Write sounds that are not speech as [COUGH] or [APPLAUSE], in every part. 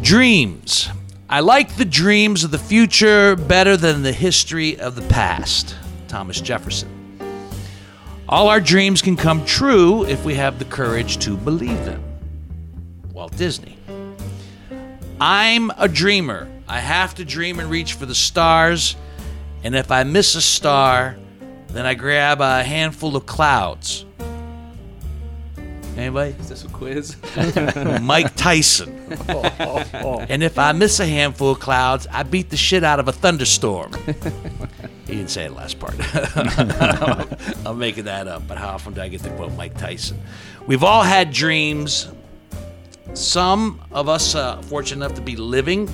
Dreams. I like the dreams of the future better than the history of the past. Thomas Jefferson. All our dreams can come true if we have the courage to believe them. Walt Disney. I'm a dreamer. I have to dream and reach for the stars. And if I miss a star, then I grab a handful of clouds. Anybody? Is this a quiz? Mike Tyson. And if I miss a handful of clouds, I beat the shit out of a thunderstorm. he didn't say the last part. [LAUGHS] I'm making that up, but how often do I get to quote Mike Tyson? We've all had dreams. Some of us uh, fortunate enough to be living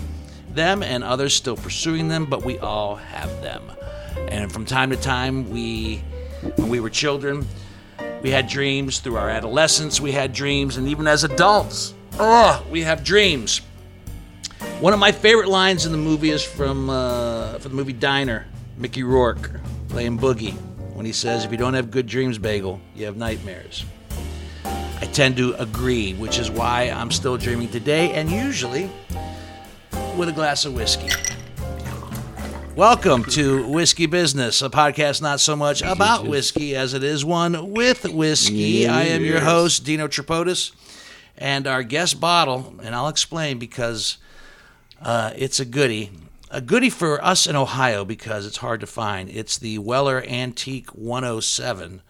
them, and others still pursuing them, but we all have them. And from time to time, we, when we were children, we had dreams through our adolescence. We had dreams, and even as adults, oh, we have dreams. One of my favorite lines in the movie is from uh, from the movie Diner. Mickey Rourke playing Boogie when he says, "If you don't have good dreams, Bagel, you have nightmares." I tend to agree, which is why I'm still dreaming today, and usually with a glass of whiskey. Welcome to Whiskey Business, a podcast not so much about whiskey as it is one with whiskey. I am your host, Dino Tripodis, and our guest bottle, and I'll explain because uh, it's a goodie. A goodie for us in Ohio because it's hard to find. It's the Weller Antique 107.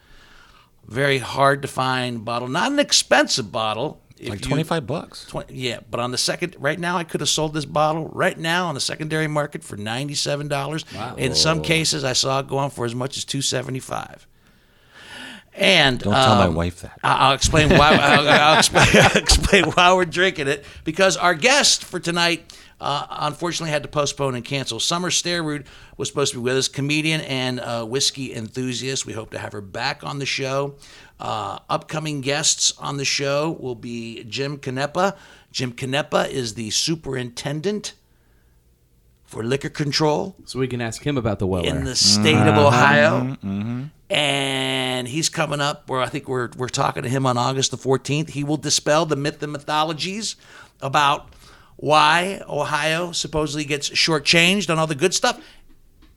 Very hard to find bottle. Not an expensive bottle. If like you- 25 bucks. 20, yeah, but on the second, right now, I could have sold this bottle right now on the secondary market for ninety-seven dollars. In some cases, I saw it go on for as much as two seventy-five. And Don't tell my um, wife that. I- I'll explain [LAUGHS] why. I'll, I'll explain, [LAUGHS] I'll explain why we're drinking it because our guest for tonight, uh, unfortunately, had to postpone and cancel. Summer Stairroot was supposed to be with us, comedian and uh, whiskey enthusiast. We hope to have her back on the show. Uh, upcoming guests on the show will be Jim Canepa. Jim Canepa is the superintendent for liquor control [LAUGHS] so we can ask him about the Weller. in the state of Ohio. And he's coming up where I think we're we're talking to him on August the 14th. He will dispel the myth and mythologies about why Ohio supposedly gets shortchanged on all the good stuff.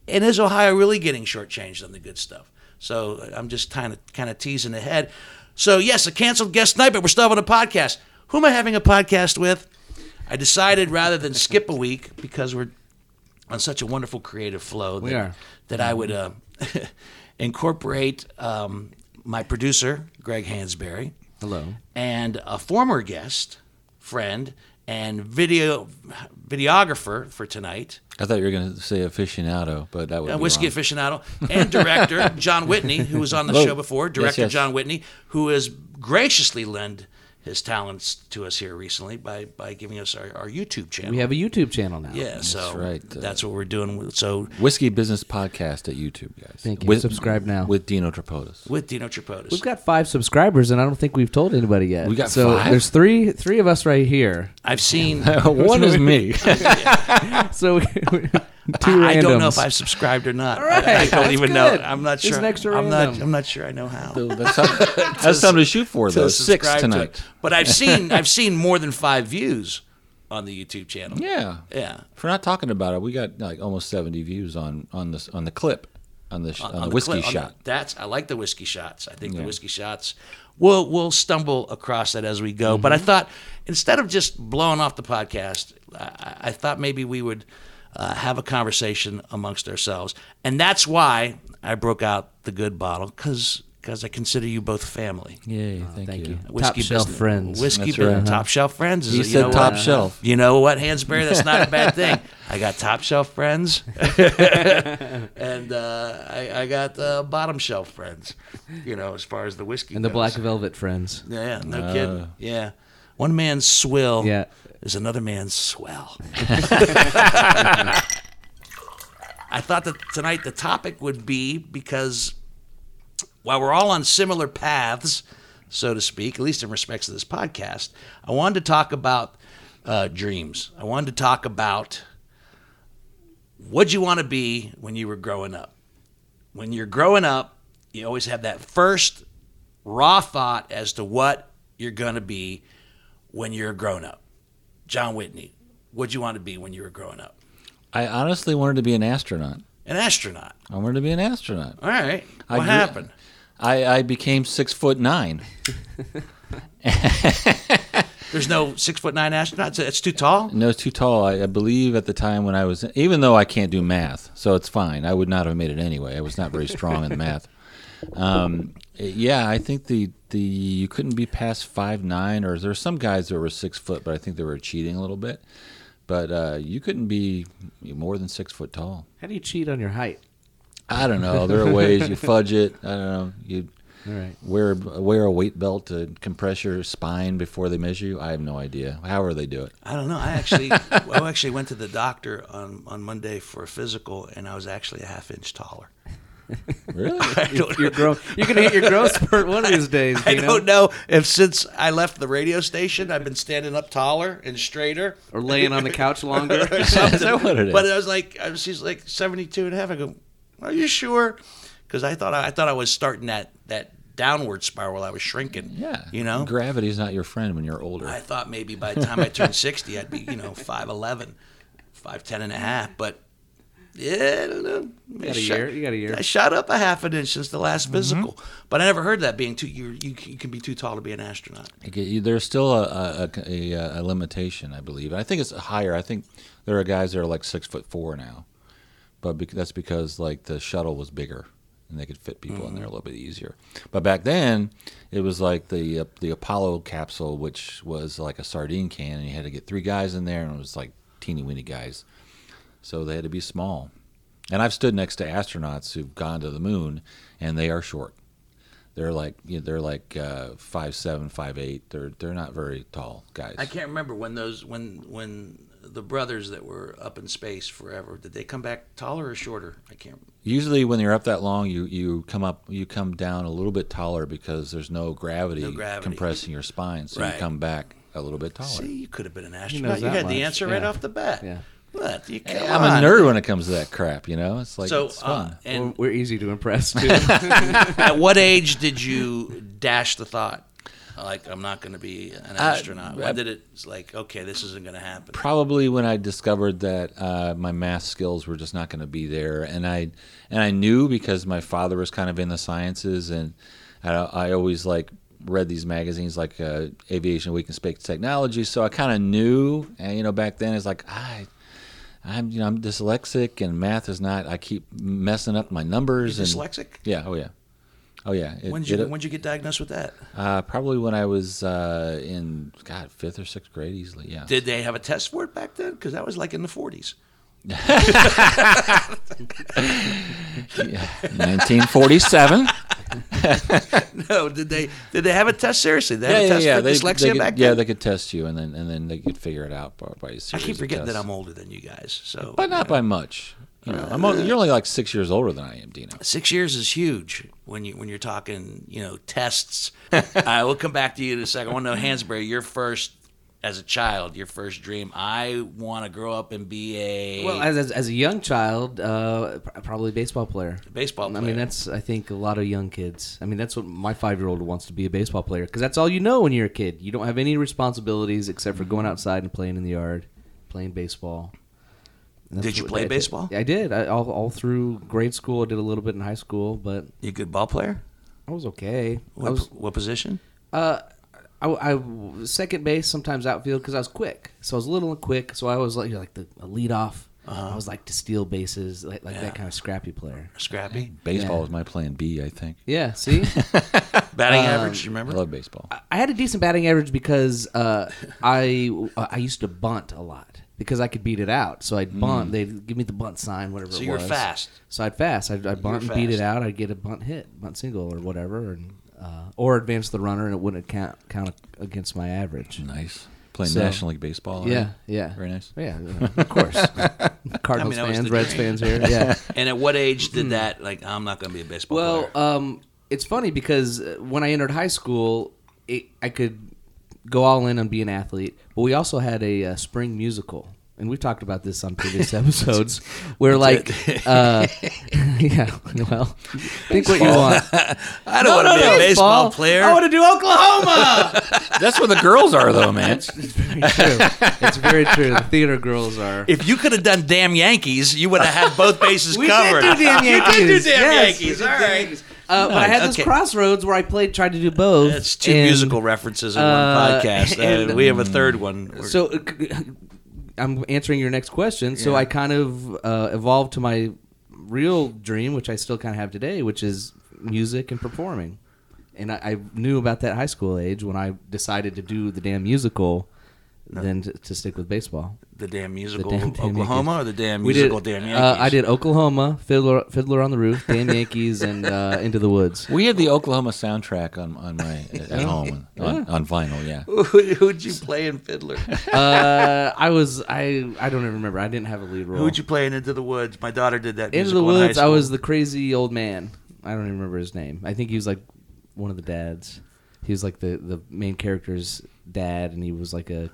And is Ohio really getting shortchanged on the good stuff? So I'm just kind of kind of teasing ahead. So yes, a canceled guest night, but we're still having a podcast. Who am I having a podcast with? I decided rather than skip a week because we're on such a wonderful creative flow that, are. that I would uh, [LAUGHS] incorporate um, my producer, Greg Hansberry, Hello. and a former guest, friend, and video videographer for tonight, I thought you were going to say aficionado, but that would a Uh, be whiskey wrong. aficionado, and [LAUGHS] director John Whitney, who was on the Hello. show before, Yes, director yes. John Whitney, who has graciously lend his talents to us here recently by by giving us our, our YouTube channel. We have uh, a YouTube channel now. yeah, so right. that's what we're doing. So Whiskey Business Podcast at YouTube, guys. Thank you. Subscribe now. With Dino Tripodis. with Dino Tripodis. We've got five subscribers, and I don't think we've told anybody yet. We got so five? there's three three of us right here. I've [LAUGHS] seen. One is me. So we- two I don't know randoms. if I've subscribed or not. right, I, I don't that's even good. know. I'm not It's sure. an extra I'm not. random. I'm not sure. I know how. that's, something, that's something to shoot for, though. to Six subscribe to tonight. it. But I've seen. I've seen more than five views on the YouTube channel. Yeah. Yeah. If we're not talking about it, we got like almost 70 views on on this on the clip on the sh- on, the, Uh, whiskey clip- on the- shot. that's I like the whiskey shots. I think the whiskey shots. We'll we'll stumble across that as we go. But I Mm-hmm. thought instead of just blowing off the podcast, I, I thought maybe we would uh, have a conversation amongst ourselves, and that's why I broke out the good bottle because I consider you both family. Yay, thank, you. Whiskey top shelf business- friends. Whiskey That's business- right. top shelf friends. Is You a- said know top what? shelf. You know what, Hansberry? That's not a bad [LAUGHS] thing. I got top shelf friends, [LAUGHS] and uh, I, I got uh, bottom shelf friends. You know, as far as the whiskey and the goes. Black Velvet friends. Yeah, no kidding. Yeah, one man's swill Yeah. is another man's swell. I thought that tonight the topic would be because while we're all on similar paths, so to speak, at least in respects to this podcast, I wanted to talk about uh, dreams. I wanted to talk about what you want to be when you were growing up. When you're growing up, you always have that first raw thought as to what you're going to be when you're a grown up. John Whitney, what'd you want to be when you were growing up? I honestly wanted to be an astronaut. An astronaut. I wanted to be an astronaut. All right. I What grew- happened? I, I became six foot nine. There's no six foot nine astronauts. It's too tall. No, too tall. I, I believe at the time when I was, even though I can't do math, so it's fine. I would not have made it anyway. I was not very strong in math. Um, yeah, I think the the you couldn't be past five nine, or there were some guys that were six foot, but I think they were cheating a little bit. But uh, you couldn't be more than six foot tall. How do you cheat on your height? I don't know. There are ways you fudge it. I don't know. You All right. wear wear a weight belt to compress your spine before they measure you. I have no idea. However they do it. I don't know. I [LAUGHS] actually, I actually went to the doctor on, on Monday for a physical, and I was actually a half inch taller. [LAUGHS] Really? I [LAUGHS] don't, You're grow- You're gonna hit your growth spurt one of these days. [LAUGHS] I Dino. don't know if since I left the radio station, I've been standing up taller and straighter. Or laying on the couch longer. [LAUGHS] Is that what it is? But I was like, I was, she's like 72 and a half. I go, are you sure? Because I thought I, thought I was starting that that downward spiral. I was shrinking. Yeah. you know. gravity's not your friend when you're older. I thought maybe by the time I turned 60, I'd be you know 5'11", 5'10 and a half. But yeah, I don't know. You got a year. You got a year. I shot up a half an inch since the last physical, but I never heard that being too. You, you you can be too tall to be an astronaut. You get- you- There's still a, a, a, a, a limitation, I believe. I think it's higher. I think there are guys that are like six foot four now, but bec that's because like the shuttle was bigger and they could fit people in there a little bit easier. But back then, it was like the uh, the Apollo capsule, which was like a sardine can, and you had to get three guys in there, and it was like teeny weeny guys, so they had to be small. And I've stood next to astronauts who've gone to the moon, and they are short. They're like you know, they're like uh, five seven, five eight. They're they're not very tall guys. I can't remember when those when when the brothers that were up in space forever did they come back taller or shorter? I can't. Usually, when you're up that long, you, you come up you come down a little bit taller because there's no gravity, No gravity. compressing your spine, so Right. you come back a little bit taller. See, you could have been an astronaut. You that had the much, answer right yeah. off the bat. Yeah. But you come I'm on. a nerd when it comes to that crap. You know, it's like So, it's uh, fun. [LAUGHS] and We're, we're easy to [LAUGHS] impress too. [LAUGHS] at what age did you dash the thought, like I'm not going to be an Uh, astronaut? when I- did it? It's like, okay, this isn't going to happen. Probably when I discovered that uh, my math skills were just not going to be there, and I and I knew because my father was kind of in the sciences, and I, I always like read these magazines like uh, Aviation Week and Space Technology, so I kind of knew, and you know, back then it's like I. I'm, you know, I'm dyslexic and math is not. I keep messing up my numbers. and, Dyslexic? Yeah. Oh yeah. Oh yeah. It- When did you it- when did you get diagnosed with that? uh, probably when I was uh, in God fifth or sixth grade, easily. Yeah. Did they have a test for it back then? Because that was like in the 40s. [LAUGHS] 1947. [LAUGHS] No, did they did they have a test seriously? They had a test for dyslexia they could, back yeah, then. they could test you, and then and then they could figure it out by, by a I series keep of forgetting that tests. I'm older than you guys. So but not by much. You know, I'm only, you're only like six years older than I am, Dino. six years is huge when you when you're talking you know tests. I will come back to you in a second. I want to know Hansberry, your first as a child, your first dream. I want to grow up and be a well, as, as, as a young child, uh, pr- probably baseball player. baseball. Player. I mean, that's I think a lot of young kids. I mean, that's what my five year old wants to be a baseball player because that's all you know when you're a kid. You don't have any responsibilities except for going outside and playing in the yard, playing baseball. And that's Did you what- play I- baseball? I did. I, all, all through grade school. I did a little bit in high school, but you a good ball player. I was okay. I What, was what position? Uh, I, I was second base, sometimes outfield because I was quick. So I was little and quick. So I was like, you know, like the a lead off. I was like to steal bases, like, like Uh-huh. Yeah. that kind of scrappy player. Scrappy. Baseball Yeah. was my plan B, I think. [LAUGHS] Yeah. See, Batting average. You I remember? love baseball. I had a decent batting average because uh, I uh, I used to bunt a lot because I could beat it out. So I'd bunt. They'd give me the bunt sign, whatever. Mm. So it you were was. fast. So I'd fast. I'd, I'd bunt and were beat it fast. out. I'd get a bunt hit, bunt single, or whatever, and uh, or advance the runner, and it wouldn't count count against my average. Nice playing So- National League baseball. right? Yeah, yeah. Very nice. Yeah, yeah, of [LAUGHS] course. Cardinals that was fans, the Reds dream. fans here. [LAUGHS] Yeah. Hmm. And at what age did that? Like, I'm not going to be a baseball well, player. um, it's funny because uh, when I entered high school, it, I could go all in on being an athlete, but we also had a uh, spring musical and we've talked about this [LAUGHS] on previous episodes, where like, uh, [LAUGHS] yeah, well, think what you want. [LAUGHS] I don't want to be a baseball player. I want to do Oklahoma. [LAUGHS] That's where the girls are, though, man. It's true. It's very true. The theater girls are. if you could have done damn Yankees, you would have had both bases [LAUGHS] We covered. did do damn Yankees. You did do damn Yes, we Yankees. did All damn right. Yankees. Uh, but I had this Okay. crossroads where I played, tried to do both. That's two and- musical references in uh, one podcast. [LAUGHS] and- um, Uh, we have a third one. We're- So uh, c- [LAUGHS] I'm answering your next question. So I kind of uh, evolved to my real dream, which I still kind of have today, which is music and performing. And I, I knew about that high school age when I decided to do the damn musical, than to, to stick with baseball. the damn musical damn- damn Oklahoma Yankees. or the damn We musical did. damn Yankees? uh, I did Oklahoma, Fiddler, Fiddler on the Roof, Damn Yankees, and uh, Into the Woods. [LAUGHS] We had the Oklahoma soundtrack on, on my at home on, on vinyl. Yeah, [LAUGHS] Who, who'd you play in [LAUGHS] Fiddler? Uh, I was I I don't even remember. I didn't have a lead role. who'd you play in Into the Woods? My daughter did that. Into the musical in high Woods, I school. was the crazy old man. I don't even remember his name. I think he was like one of the dads. He was like the, the main character's dad, and he was like a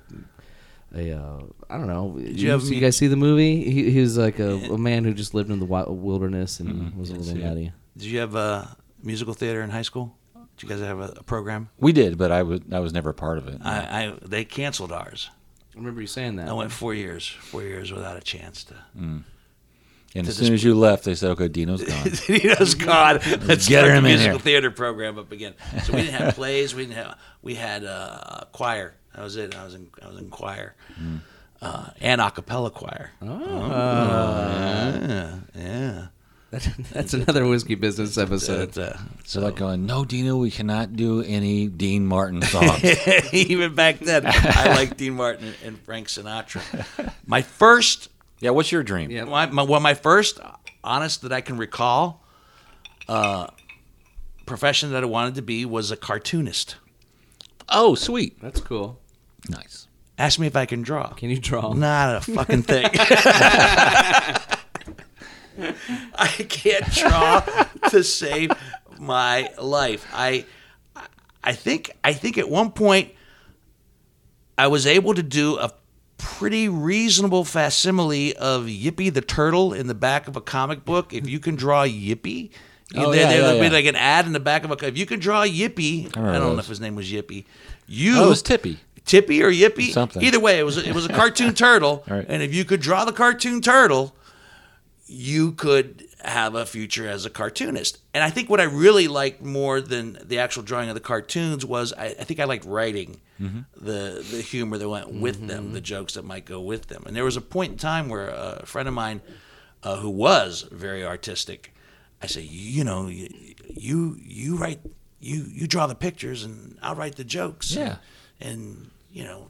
a uh, I don't know. Did you you, have you me- guys see the movie? He, he was like a, a man who just lived in the wild wilderness and Mm-hmm. was a little see it. nutty. Did you have uh, musical theater in high school? Did you guys have a, a program? we did, but I was I was never a part of it. I, I they canceled ours. I remember you saying that. I [LAUGHS] went four years, four years without a chance to. and as to soon as you left, they said, "Okay, [LAUGHS] Dino's gone." Dino's gone. Let's get get him start in the musical here. theater program up again. So we didn't [LAUGHS] have plays. We didn't have. We had uh, a choir. That was it. I was in. I was in choir, Mm. uh, and a cappella choir. Oh, yeah, yeah. That's another whiskey business episode. But, uh, [LAUGHS] so like going, "No, Dino, we cannot do any Dean Martin songs." even back then, I liked Dean Martin and Frank [LAUGHS] Sinatra. My first [LAUGHS] yeah, what's your dream? Yeah. my, my, well, my first honest that I can recall uh, profession that I wanted to be was a cartoonist. Oh, sweet, That's cool. nice. Ask me if I can draw. Can you draw? Not a fucking thing. [LAUGHS] [LAUGHS] I can't draw to save my life. I I think I think at one point I was able to do a pretty reasonable facsimile of Yippee the turtle in the back of a comic book. If you can draw Yippee, Oh, there, yeah, there yeah, would yeah. be like an ad in the back of a. If you can draw Yippee, I, remember don't know those. if his name was Yippee. You Oh, it was Tippy. Tippy or Yippy, Something. Either way, it was it was a cartoon turtle, [LAUGHS] All right. and if you could draw the cartoon turtle, you could have a future as a cartoonist. And I think what I really liked more than the actual drawing of the cartoons was I, I think I liked writing the the humor that went with them, the jokes that might go with them. And there was a point in time where a friend of mine uh, who was very artistic, I say, you know, you you, you write. You, you draw the pictures and I'll write the jokes. Yeah. And, you know,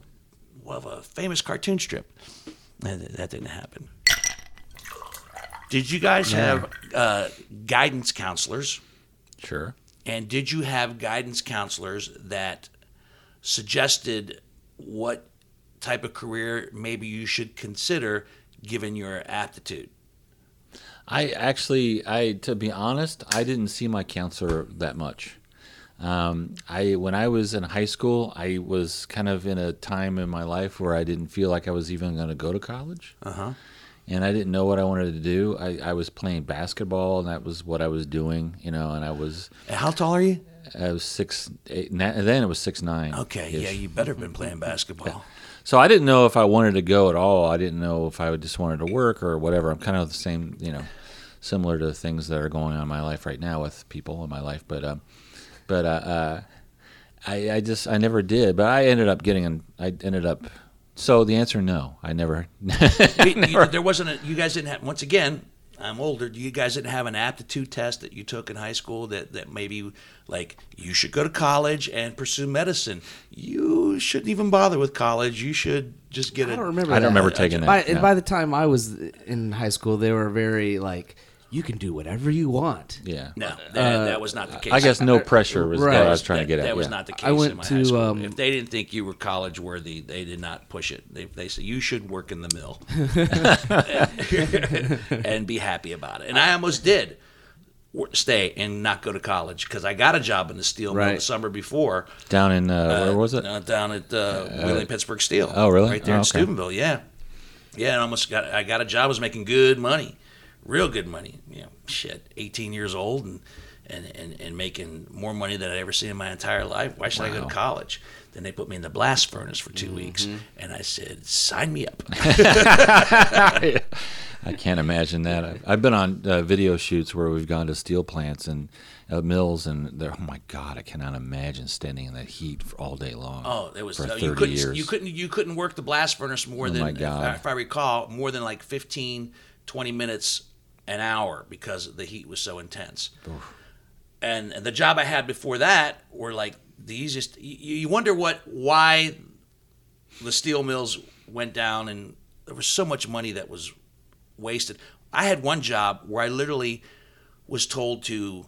we'll have a famous cartoon strip. And that didn't happen. Did you guys have uh, guidance counselors? Sure. And did you have guidance counselors that suggested what type of career maybe you should consider given your aptitude? I actually, I to be honest, I didn't see my counselor that much. Um, I when I was in high school, I was kind of in a time in my life where I didn't feel like I was even going to go to college, Uh-huh. and I didn't know what I wanted to do. I, I was playing basketball, and that was what I was doing, you know. And I was How tall are you? I was six, eight, na- then it was six nine. Okay, yeah, you better have been playing [LAUGHS] basketball. So I didn't know if I wanted to go at all. I didn't know if I would just wanted to work or whatever. I'm kind of the same, you know, similar to things that are going on in my life right now with people in my life. But, um, but uh, uh, I, I just I never did. But I ended up getting. An, I ended up. So the answer no. I never. [LAUGHS] We- you- there wasn't a, you guys didn't have once again i'm older you guys didn't have an aptitude test that you took in high school that, that maybe like you should go to college and pursue medicine you shouldn't even bother with college you should just get a I don't remember. I don't that. remember taking that, By, and no. by the time I was in high school, they were very like, "You can do whatever you want." yeah. no that, that was not the case Uh, I guess no pressure was Right. what I was trying to get that, at. That was yeah. not the case. I went in my to, high school. um, if they didn't think you were college worthy, they did not push it. They, they said you should work in the [LAUGHS] mill [LAUGHS] and be happy about it. And I almost did wor- stay and not go to college because I got a job in the steel mill the Right. summer before. down in uh, where was it? Uh, down at uh, Wheeling Pittsburgh Steel. oh, really? Right there Oh, in okay. Steubenville. Yeah. Yeah, and I almost got I got a job. I was making good money, real good money. You know, shit, 18 years old and and and, and making more money than I'd ever seen in my entire life. Why should I go to college? Then they put me in the blast furnace for 2 weeks, Mm-hmm. and I said, "Sign me up." I can't imagine that. I've, I've been on uh, video shoots where we've gone to steel plants and uh, mills, and they're, oh my god, I cannot imagine standing in that heat for all day long. Oh, it was for uh, thirty you couldn't years. Oh, you couldn't you couldn't work the blast furnace more than my if- God. if I recall more than like 15 20 minutes an hour because the heat was so intense. And, and the job I had before that were like the easiest you, you wonder what why the steel mills went down and there was so much money that was wasted. I had one job where I literally was told to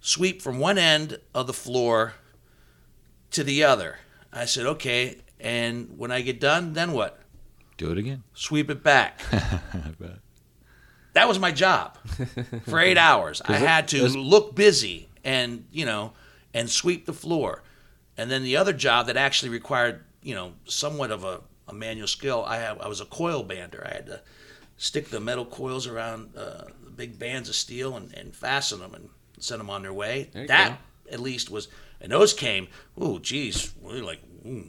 sweep from one end of the floor to the other. I said, okay. And when I get done, then what? Do it again. Sweep it back. [LAUGHS] I bet. That was my job for [LAUGHS] eight hours. I had to look busy and, you know, and sweep the floor. And then the other job that actually required, you know, somewhat of a, a manual skill, I, have, I was a coil bander. I had to stick the metal coils around uh, the big bands of steel and, and fasten them and send them on their way. you That at least was, and those came, ooh, geez, we were like ooh,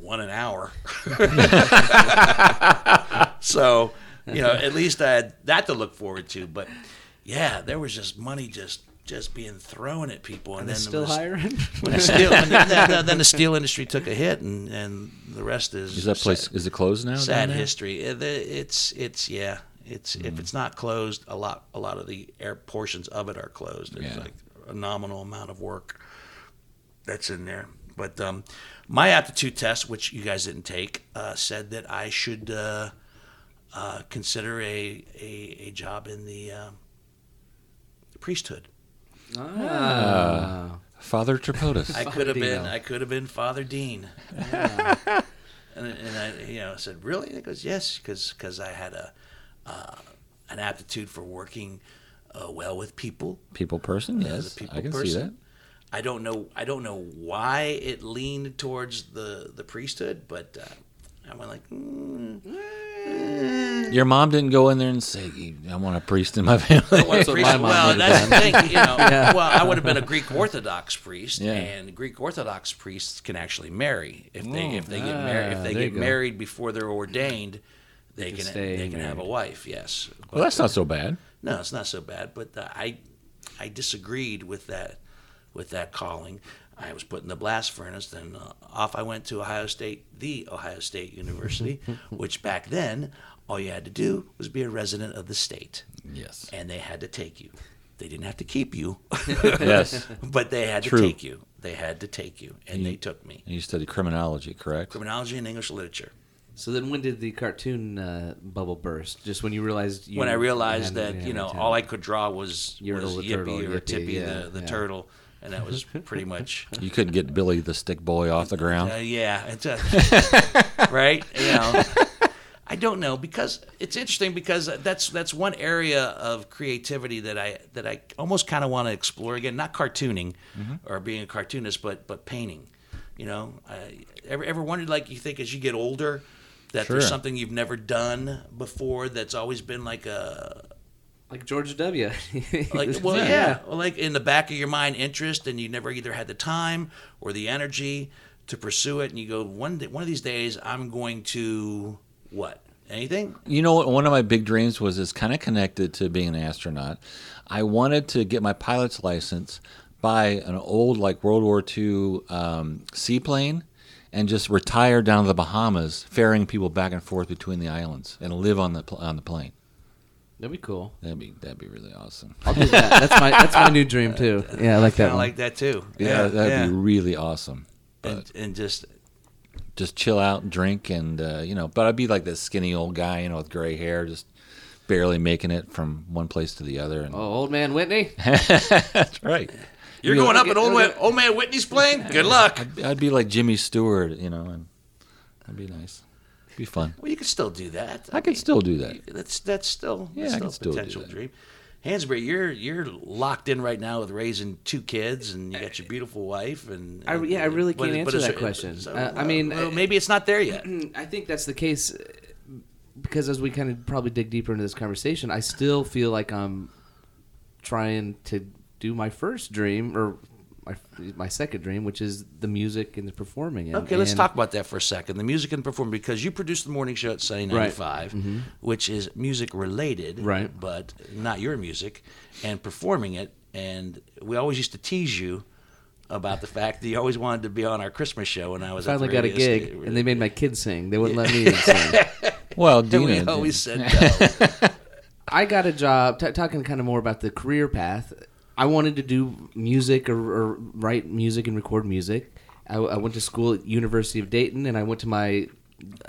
one an hour. So, you know, at least I had that to look forward to. But yeah, there was just money just just being thrown at people, and, They're then it still was- [LAUGHS] hiring. when the steel, and then, then- then the steel industry took a hit, and and the rest is Is that place? sad, Is it closed now? sad down there? history. It- It's it's yeah. It's if it's not closed, a lot a lot of the air portions of it are closed. There's Yeah. like a nominal amount of work that's in there. But um, my aptitude test, which you guys didn't take, uh, said that I should uh, uh, consider a, a a job in the um priesthood. Ah. Father Tripodis. [LAUGHS] I could have Dino. been I could have been Father Dean. and, and I you know said really? And he goes yes because I had a uh, an aptitude for working uh, well with people. people person. as Yes, a people I can person. see that. I don't know. I don't know why it leaned towards the the priesthood, but uh, I went like, mm, Your mom didn't go in there and say, "I want a priest in my [LAUGHS] family." well, what my priest- mom well, would've that's the thing. You [LAUGHS] know, well, I would have been a Greek Orthodox priest, Yeah. and Greek Orthodox priests can actually marry if they if they get Ah, married if they there you get go. married before they're ordained. They can can, stay they can have a married. wife, yes. [LAUGHS] well, that's not so bad. No, it's not so bad. But uh, I, I disagreed with that, with that calling. I was put in the blast furnace. Then uh, off I went to Ohio State, the Ohio State [LAUGHS] University, which back then all you had to do was be a resident of the state, [LAUGHS] Yes. and they had to take you. They didn't have to keep you, [LAUGHS] yes. but they had True. to take you. They had to take you, and they took me. And you study criminology, correct? Criminology and English literature. So then, when did the cartoon uh, bubble burst? Just when you realized you when I realized that had- you had know talent. all I could draw was, Yertle was the Yippee turtle, or Yippee, Tippy yeah, the, the yeah. turtle, and that [LAUGHS] was pretty much You couldn't get Billy the stick boy off the ground. Uh, yeah, it's a, right. You know, I don't know because it's interesting because that's that's one area of creativity that I that I almost kind of want to explore again. Not cartooning or being a cartoonist, but but painting. You know, I, ever ever wondered like you think as you get older that Sure. there's something you've never done before that's always been like a like George W. [LAUGHS] like well yeah, Well, like in the back of your mind interest and you never either had the time or the energy to pursue it and you go one day, one of these days i'm going to what anything You know what? One of my big dreams was is kind of connected to being an astronaut. I wanted to get my pilot's license, buy an old like World War II um, seaplane, and just retire down to the Bahamas, ferrying people back and forth between the islands, and live on the pl- on the plane. that'd be cool. That'd be that'd be really awesome. I'll do that. That's my that's my new [LAUGHS] dream too. Yeah, I like kind that of one. like that too Yeah, that'd be really awesome. and, and just Just chill out, and drink, and uh, you know. But I'd be like this skinny old guy, you know, with gray hair, just barely making it from one place to the other. And oh, old man Whitney. that's right. you're going up in old, man, old man whitney's plane [LAUGHS] good luck I'd be like Jimmy Stewart, you know, and that'd be nice. It'd be fun. well you can still do that I could mean, still do that. that's that's still Yeah, that's still I can a still do potential that. dream Hansberry, you're you're locked in right now with raising two kids, and you got your beautiful wife, and, I- yeah, I really but- can't but answer it's- that question. so, Uh, I mean, well, maybe it's not there yet. I think that's the case. uh, because as we kind of probably dig deeper into this conversation, I still feel like I'm trying to do my first dream or my my second dream, which is the music and the performing. And, Okay, let's and- talk about that for a second. The music and performing, because you produced the morning show at Sunny 95, which is music related, Mm-hmm. Right. but not your music, and performing it. And we always used to tease you about the fact that you always wanted to be on our Christmas show when I was at Finally the got a radio gig, sta- and they made my kids sing. They wouldn't let me sing. [LAUGHS] Well, And [LAUGHS] Dina, we did- always said no. I got a job t- talking kind of more about the career path. I wanted to do music or, or write music and record music. I, I went to school at University of Dayton, and I went to my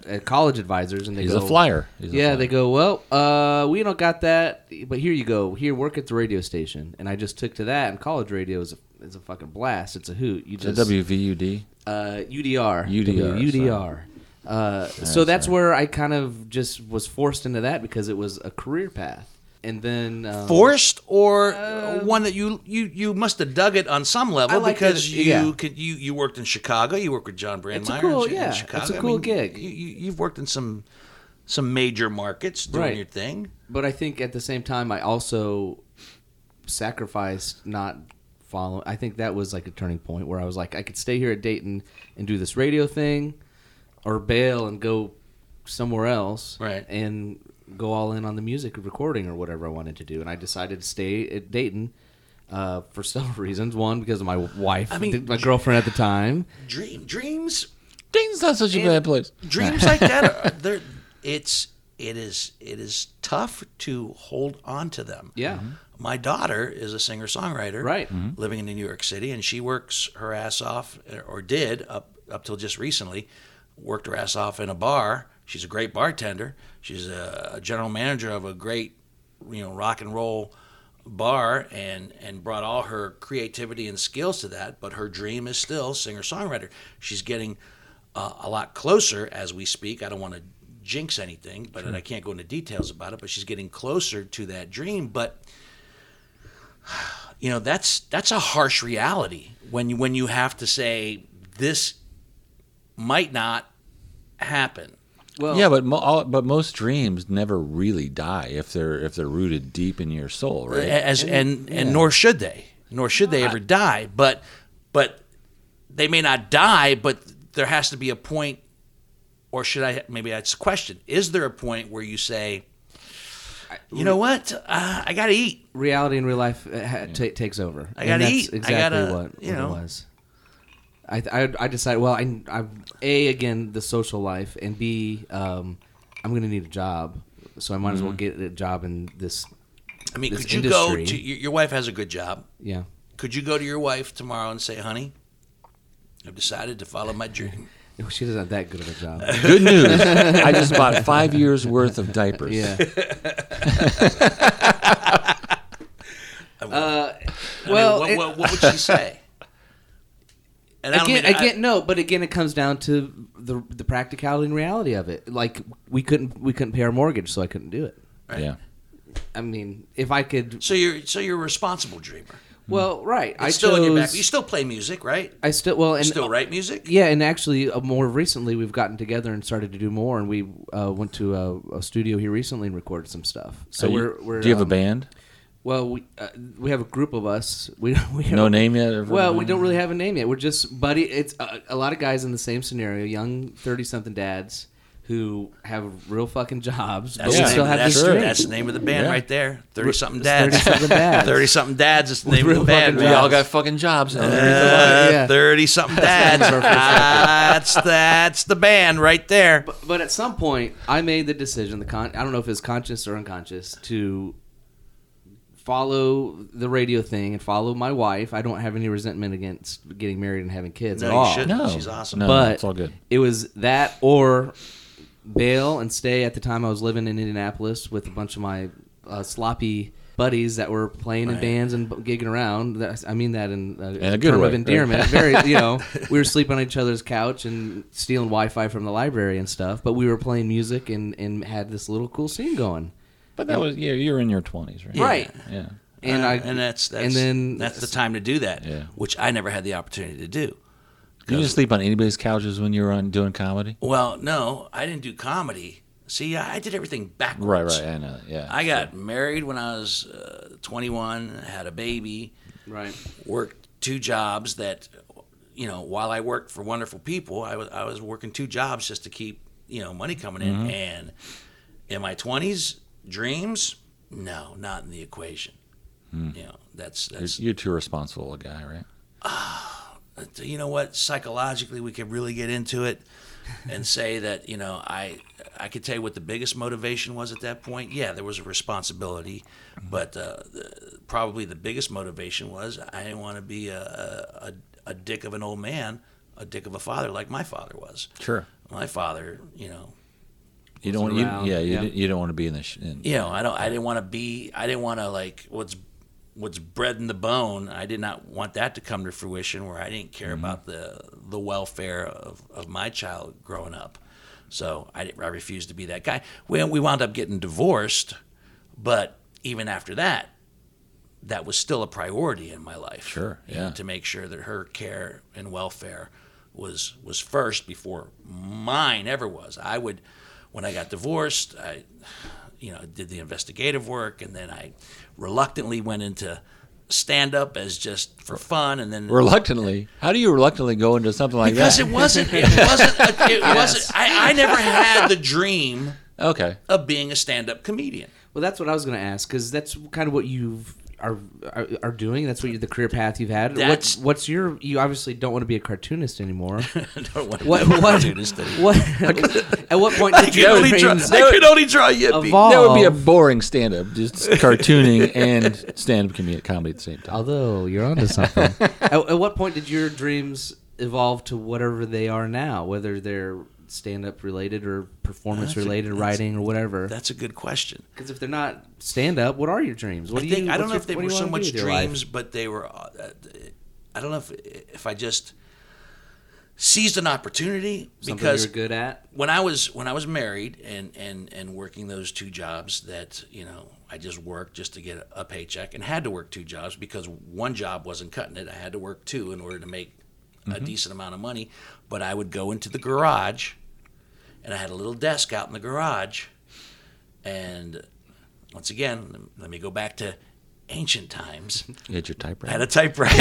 uh, college advisors, and they he's go, a flyer. He's a yeah, flyer. they go, well, uh, we don't got that, but here you go. Here, work at the radio station, and I just took to that. And college radio is a, is a fucking blast. It's a hoot. You The just WVUD. uh, UDR. UDR, UDR. Uh, so that's where I kind of just was forced into that because it was a career path. And then um, Forced or one that you you you must have dug it on some level Oh. I liked it, because you yeah. could you you worked in Chicago, you worked with John Brandmeier It's a in cool- Chi- in, yeah, it's a Chicago. I cool mean, gig. You, you you've worked in some some major markets doing Right. your thing. but I think at the same time I also sacrificed not following. I think that was like a turning point where I was like, I could stay here at Dayton and do this radio thing, or bail and go somewhere else, Right. And go all in on the music recording or whatever I wanted to do. And I decided to stay at Dayton. Uh, for [LAUGHS] several reasons. One, because of my wife, I mean- my girlfriend at the time. Dream dreams Dayton's not such a bad place. [LAUGHS] dreams like that are they're it's it is it is tough to hold on to them Yeah. my daughter is a singer songwriter Right. Mhm. living in new york city and she works her ass off or did up up till just recently worked her ass off in a bar she's a great bartender she's a, a general manager of a great you know rock and roll bar and and brought all her creativity and skills to that but her dream is still singer songwriter she's getting uh, a lot closer as we speak i don't want to jinx anything but and i can't go into details about it but she's getting closer to that dream but you know that's that's a harsh reality when you when you have to say this might not happen Well, [LAUGHS] yeah, but mo- all, but most dreams never really die if they're if they're rooted deep in your soul, right? as and and, nor should they nor should they ever die but but they may not die but there has to be a point or should i maybe that's a question is there a point where you say you know what uh, i gotta eat reality in real life uh, ha- ta takes over. I gotta and that's eat. I Exactly gotta, what, you what know. it was. I, I I decided. Well, I I a again the social life and b um I'm gonna need a job, so I might as well Mm-hmm. get a job in this. i mean This could you go industry. to your, your wife has a good job Yeah. could you go to your wife tomorrow and say honey i've decided to follow my dream Well, Oh, She doesn't have that good of a job. Good [LAUGHS] news! I just bought five years worth of diapers. [LAUGHS] Yeah. I mean, Uh, Well, what, it- what, what would she say? And I don't again, mean- I- again, no, but again, it comes down to the the practicality and reality of it. Like we couldn't we couldn't pay our mortgage, so I couldn't do it. yeah. I mean, if I could, so you're so you're a responsible dreamer. Hmm. well, right. I It's still in your back. chose- You still play music, right? I still well, and uh, still write music. Yeah, and actually, uh, more recently, we've gotten together and started to do more, and we uh, went to a, a studio here recently and recorded some stuff. So Are you- we're, we're do you have um, a band? Well, we uh, we have a group of us. We we have, No name yet. Ever Well, been? we don't really have a name yet. We're just buddy. It's a, a lot of guys in the same scenario, young thirty-something dads who have real fucking jobs, but That's, we the, still name, have that's, this dream. that's the name of the band Yeah. right there. Thirty something dads. [LAUGHS] 30-something dads. Thirty something dads is the name of real the band. fucking We all jobs. got [LAUGHS] fucking jobs. Yeah. Yeah. thirty [LAUGHS] something dads. that's that's the band right there. But at some point, I made the decision. The con- I don't know if it's conscious or unconscious to follow the radio thing and follow my wife. I don't have any resentment against getting married and having kids at no, all. you shouldn't. No. She's awesome. No. But Oh, it's all good. It was that or bail and stay. At the time, I was living in Indianapolis with a bunch of my uh, sloppy buddies that were playing in Right. bands and b- gigging around. That's- I mean that in, uh, a good term way, of right. endearment. Very, you know, we were sleeping on each other's couch and stealing Wi-Fi from the library and stuff. But we were playing music and and had this little cool scene going. But that was yeah. You're in your twenties, right? Right. Yeah. And Uh, I and that's, that's and then that's the time to do that, Yeah. which I never had the opportunity to do. You didn't sleep on anybody's couches when you were on doing comedy. Well, no, I didn't do comedy. See, I did everything backwards. Right, right. I know. Yeah. I got married when I was uh, 21, had a baby, Right. worked two jobs that, you know, while I worked for wonderful people, I was, I was working two jobs just to keep, you know, money coming in. Mm-hmm. And in my 20s, dreams, no, not in the equation. You know, that's, Hmm. You're, that's, you're too responsible a guy, right? but you know what psychologically we could really get into it and say that you know i i could tell you what the biggest motivation was at that point yeah there was a responsibility but uh, the, probably the biggest motivation was i didn't want to be a, a, a, a dick of an old man a dick of a father like my father was Sure. my father you know You don't. want- You, around, yeah. You, yeah. don't- you don't want to be in the. Sh- in, you know i don't i didn't want to be i didn't want to like what's what's bred in the bone i did not want that to come to fruition where i didn't care Mm-hmm. about the the welfare of, of my child growing up so I, I refused to be that guy well we wound up getting divorced but even after that that was still a priority in my life Sure, you know, yeah. to make sure that her care and welfare was was first before mine ever was i would when i got divorced i you know, did the investigative work, and then I reluctantly went into stand up as just for fun, and then Reluctantly. How do you reluctantly go into something like because that? it wasn't, it [LAUGHS] wasn't, a, it wasn't. I, I never had the dream okay. of being a stand up comedian. Well, that's what I was going to ask because that's kind of what you are, are are doing. That's what you, the career path you've had. That's- what's, what's your? You obviously don't want to be a cartoonist [LAUGHS] anymore. [LAUGHS] I don't want to What? be a What? cartoonist [LAUGHS] anymore. what at what point I did could your only draw. dreams? I could only draw Yippee. Evolve. That would be a Oh. boring stand-up, [LAUGHS] just cartooning and stand-up comed- comedy at the same time. Although you're onto something. [LAUGHS] at, at what point did your dreams evolve to whatever they are now, whether they're stand up related or performance That's a- related, that's- writing or whatever? That's a good question. Because if they're not stand up, what are your dreams? What I do think you? I don't know if what's your- they what do were you so wanna do much with your life? dreams, but they were. uh, uh, I don't know if if I just seized an opportunity Something because you're good at. when I was when I was married and and and working those two jobs that you know I just worked just to get a paycheck and had to work two jobs because one job wasn't cutting it. I had to work two in order to make a decent amount of money. But I would go into the garage, and I had a little desk out in the garage, and once again, let me go back to ancient times. You had your typewriter. I had a typewriter.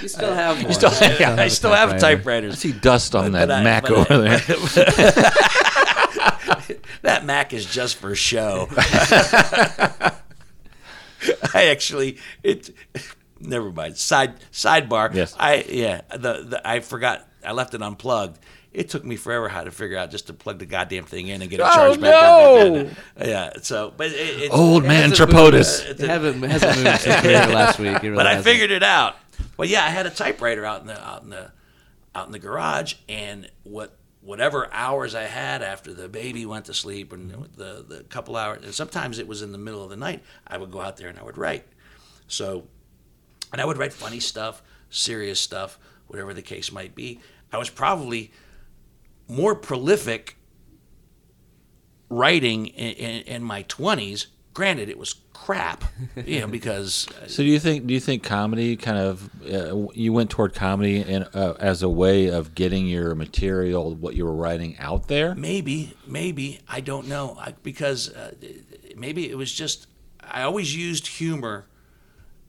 You Uh, still have one. [LAUGHS] I still have typewriters. I see dust on that But I- [LAUGHS] Mac but I- over there. that Mac is just for [LAUGHS] show. [LAUGHS] I actually it. Never mind. Side sidebar. Yes. I yeah. The, the I forgot. I left it unplugged. It took me forever how to figure out just to plug the goddamn thing in and get it Oh, charged back up. again. Yeah. So, but it, it, Old man Tripodis. It's It a- [LAUGHS] haven't, it hasn't moved since we were here last week. It really but I hasn't. figured it out. Well, yeah, I had a typewriter out in the out in the out in the garage, and what whatever hours I had after the baby went to sleep, and the the couple hours, and sometimes it was in the middle of the night, I would go out there and I would write. So, and I would write funny stuff, serious stuff, whatever the case might be. I was probably more prolific writing in, in, in my 20s granted it was crap you know [LAUGHS] because So do you think do you think comedy kind of uh, you went toward comedy and uh, as a way of getting your material what you were writing out there? Maybe, maybe I don't know I, because uh, maybe it was just I always used humor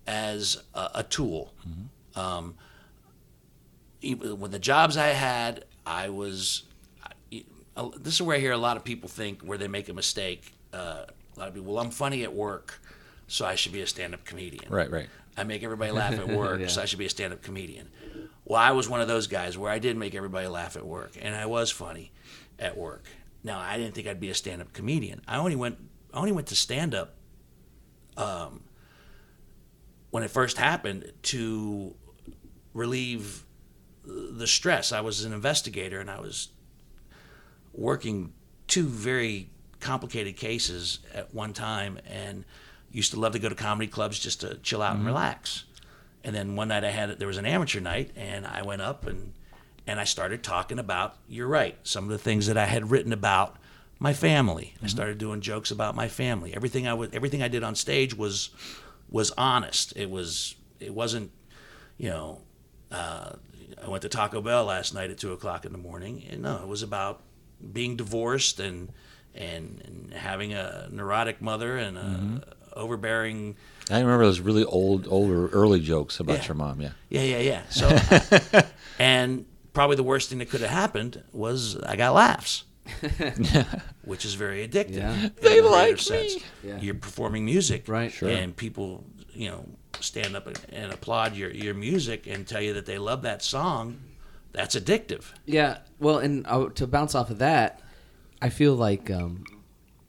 as a, a tool. Um, even when the jobs I had, I was. I, uh, this is where I hear a lot of people think where they make a mistake. Uh, a lot of people, well, I'm funny at work, so I should be a stand-up comedian. Right, right. I make everybody laugh at work, Yeah. so I should be a stand up comedian. Well, I was one of those guys where I did make everybody laugh at work, and I was funny at work. Now, I didn't think I'd be a stand up comedian. I only went I only went to stand up um, when it first happened to relieve the stress. I was an investigator and I was working two very complicated cases at one time and used to love to go to comedy clubs just to chill out and relax. And then one night I had there was an amateur night and I went up and and I started talking about you're right some of the things that I had written about my family. I started doing jokes about my family. Everything I was everything I did on stage was was honest. It was it wasn't you know uh, I went to Taco Bell last night at two o'clock in the morning. And no, it was about being divorced and and, and having a neurotic mother and a Mm-hmm. overbearing I remember those really old, older, early jokes about Yeah. your mom. Yeah. yeah yeah yeah so [LAUGHS] and probably the worst thing that could have happened was i got [LAUGHS] laughs which is very addictive Yeah. in They a greater like me. Yeah. you're performing music Right. Sure. and people you know stand up and- and applaud your, your music and tell you that they love that song that's addictive Yeah. Well, and uh, to bounce off of that, I feel like um,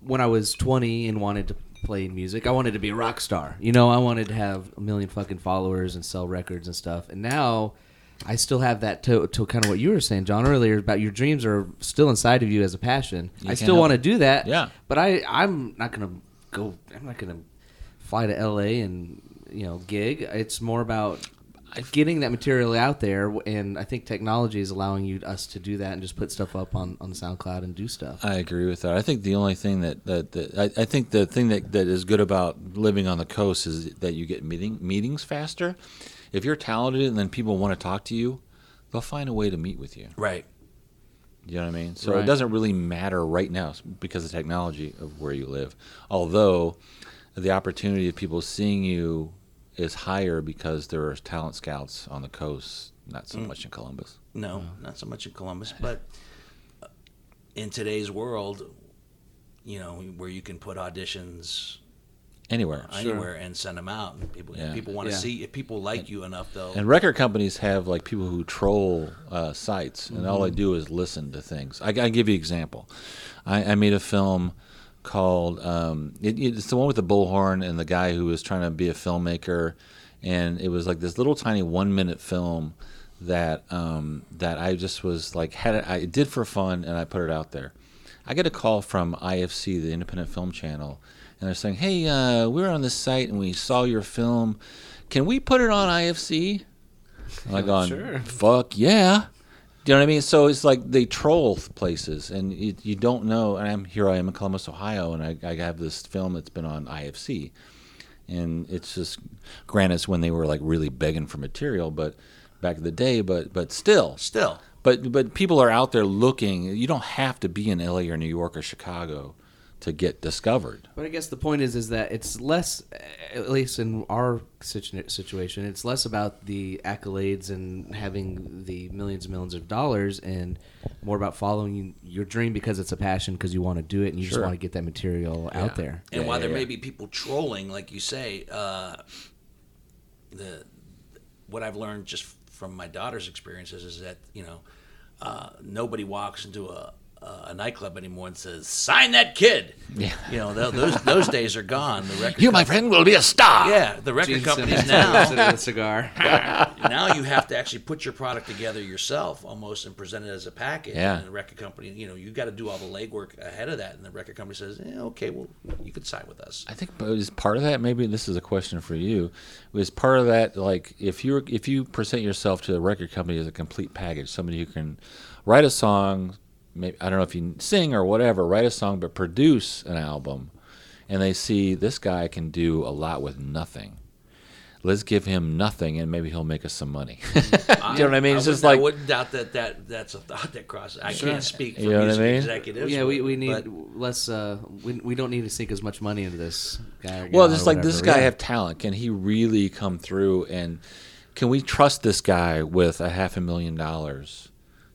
when I was 20 and wanted to play music, I wanted to be a rock star. You know, I wanted to have a million fucking followers and sell records and stuff. And now I still have that to, to kind of what you were saying, John, earlier about your dreams are still inside of you as a passion. I can't still help want to it. do that. Yeah. But I, I'm not going to go, I'm not going to fly to LA and, you know, gig. It's more about getting that material out there and i think technology is allowing you us to do that and just put stuff up on on soundcloud and do stuff I agree with that. I think the only thing that that, that I, I think the thing that, that is good about living on the coast is that you get meeting meetings faster. If you're talented and then people want to talk to you, they'll find a way to meet with you. right You know what I mean? So Right. it doesn't really matter right now because of the technology of where you live. Although the opportunity of people seeing you is higher because there are talent scouts on the coast, not so much in Columbus. No, not so much in Columbus, but uh, in today's world, you know, where you can put auditions Anywhere. anywhere and send them out, and people Yeah. people want to Yeah. see if people like you enough, they'll And record companies have like people who troll uh, sites, and all they do is listen to things. I, I give you an example. I, I made a film called um, it, it's the one with the bullhorn and the guy who was trying to be a filmmaker, and it was like this little tiny one minute film that um, that I just was like had it, I did for fun, and I put it out there. I get a call from IFC, the Independent Film Channel, and they're saying, "Hey, uh, we were on this site and we saw your film. Can we put it on IFC?" And I gone, Sure. "Fuck yeah." Do you know what I mean? So it's like they troll places, and you, you don't know. And I'm here. I am in Columbus, Ohio, and I, I have this film that's been on IFC, and it's just granted it's when they were like really begging for material, but back in the day, but but still, still but but people are out there looking. You don't have to be in LA or New York or Chicago to get discovered. but i guess the point is is that it's less at least in our situ- situation it's less about the accolades and having the millions and millions of dollars and more about following your dream because it's a passion because you want to do it and you just Sure. want to get that material out there And Yeah, while yeah, there may be yeah. people trolling, like you say, uh, the what I've learned just from my daughter's experiences is that you know uh, nobody walks into a, a nightclub anymore and says sign that kid. Yeah. You know tho- those those days are gone. The [LAUGHS] record. You, my friend, will be a star. yeah, the record Gene companies [LAUGHS] Simmons now. considered a cigar now you have to actually put your product together yourself, almost, and present it as a package. Yeah. And the record company, you know, you got to do all the legwork ahead of that, and the record company says, eh, "Okay, well, you could sign with us." I think but is part of that maybe this is a question for you. Is part of that like if you if you present yourself to a record company as a complete package, somebody who can write a song, maybe I don't know if you sing or whatever, write a song but produce an album, and they see this guy can do a lot with nothing. Let's give him nothing and maybe he'll make us some money. [LAUGHS] you know what I mean? wouldn't- It's just like I wouldn't doubt that, that that's a thought that crosses. I can't speak for You know what I music mean? executives. yeah, we, we but- need less. Uh, we, we don't need to sink as much money into this guy. Or Well, gal just or like does this whatever. guy Yeah. have talent? Can he really come through? And can we trust this guy with a half a million dollars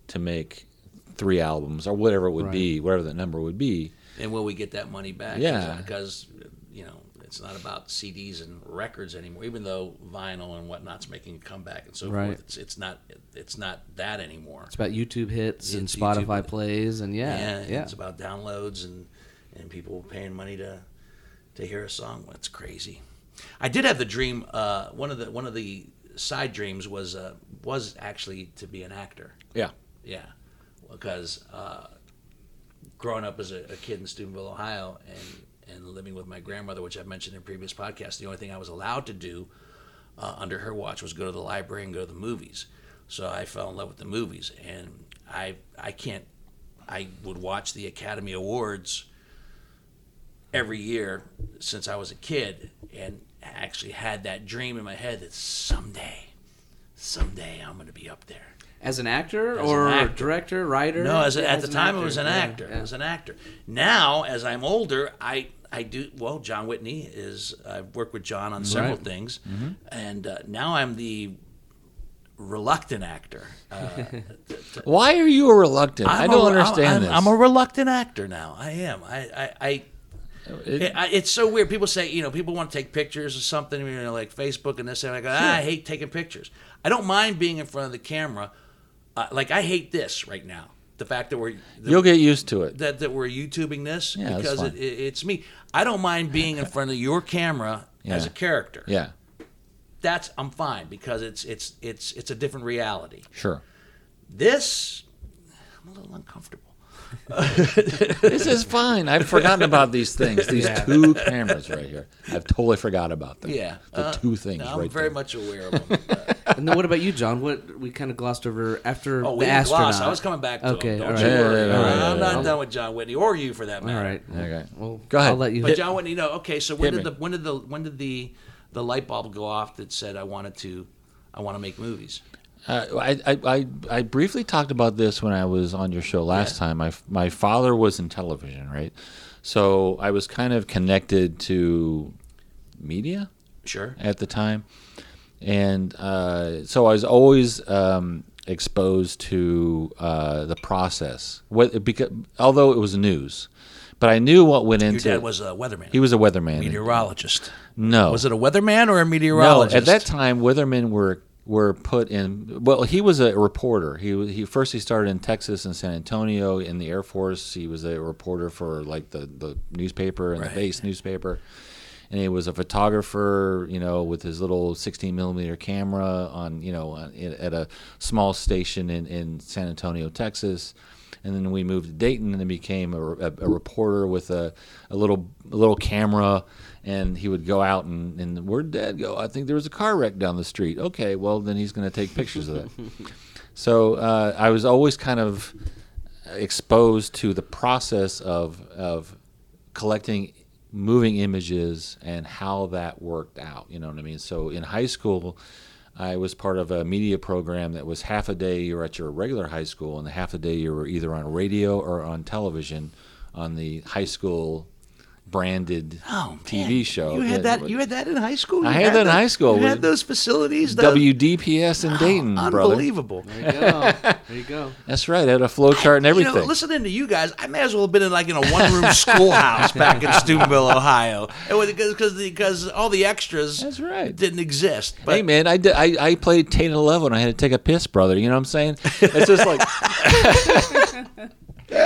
to make three albums or whatever it would be, whatever that number would be? and will we get that money back? Yeah. because you know it's not about CDs and records anymore. Even though vinyl and whatnot's making a comeback and so Right. forth, it's, it's not it's not that anymore. It's about YouTube hits and It's Spotify YouTube. plays and yeah, yeah. it's about downloads and and people paying money to to hear a song. That's crazy. I did have the dream. Uh, one of the one of the side dreams was uh, was actually to be an actor. Yeah. Yeah, because uh, growing up as a, a kid in Steubenville, Ohio, and and living with my grandmother, which I've mentioned in previous podcasts, the only thing I was allowed to do uh, under her watch was go to the library and go to the movies. So I fell in love with the movies, and I I can't I would watch the Academy Awards every year since I was a kid, and actually had that dream in my head that someday, someday I'm going to be up there. As an actor As or an actor. director, writer? No, as, Yeah, at the an time, actor. it was an Yeah, actor. yeah. It was an actor. Now, as I'm older, I I do well. John Whitney is. I've worked with John on several Right. things, Mm-hmm. and uh, now I'm the reluctant actor. Uh, Why are you a reluctant? I I'm don't a- understand I'm, this. I'm a reluctant actor now. I am. I I. I It- it, I, it's so weird. People say, you know, people want to take pictures or something, you know, like Facebook and this, and I go, ah, I hate taking pictures. I don't mind being in front of the camera. Uh, like, I hate this right now. The fact that we're that You'll get used to it. that, that we're YouTubing this Yeah, that's because it, fine. it, it's me. I don't mind being in front of your camera as a [LAUGHS] Yeah. character. Yeah, That's I'm fine because it's it's it's it's a different reality. sure. This I'm a little uncomfortable. this is fine. I've forgotten about these [LAUGHS] things. These two cameras right here. I've totally forgot about them. Yeah, the uh, two things no, I'm right very there. much aware [LAUGHS] of them. Uh, And then what about you, John? What we kind of glossed over after Oh, we the didn't astronaut. gloss. I was coming back to Okay, him. all Don't right. you Yeah, worry. yeah, yeah, yeah, I'm yeah, not yeah. done with John Whitney or you for that matter. All right. Okay. Well, Go ahead. I'll let you. But John Whitney, no. Okay, so when Hit did me. the when did the when did the the light bulb go off that said I wanted to I want to make movies? Uh, I, I, I, I briefly talked about this when I was on your show last Yeah. time. My, my father was in television, right? So I was kind of connected to media Sure. at the time. And uh, so I was always um, exposed to uh, the process, what, because, although it was news. But I knew what went Your into dad it. was a weatherman. He was a weatherman. meteorologist. No. Was it a weatherman or a No, meteorologist? at that time, weathermen were were put in. Well, he was a reporter. He wa- he first he started in Texas and San Antonio in the Air Force. He was a reporter for like the the newspaper and Right. the base newspaper, and he was a photographer. You know, with his little 16 millimeter camera on you know on- in- at a small station in in San Antonio, Texas. And then we moved to Dayton, and became a, re- a, a reporter with a, a little a little camera, and he would go out and, and where'd Dad go? I think there was a car wreck down the street. Okay, well then he's going to take pictures of that. So uh, I was always kind of exposed to the process of of collecting moving images and how that worked out. You know what I mean? So in high school, I was part of a media program that was half a day you were at your regular high school, and half a day you were either on radio or on television on the high school branded Oh, man. TV show. You had that. You had that in high school. I You had that in the- high school. You Was had it those facilities. those- WDPS in Dayton, brother. Oh, unbelievable. There you go. There you [LAUGHS] go. That's right. I had a flow chart and everything. You know, listening to you guys, I may as well have been in like in a one [LAUGHS] room schoolhouse back in Steubenville, Ohio, because because all the extras That's right. didn't exist. But hey man, I, did, I I played Tate and Eleven. I had to take a piss, brother. You know what I'm saying? It's just [LAUGHS] like [LAUGHS]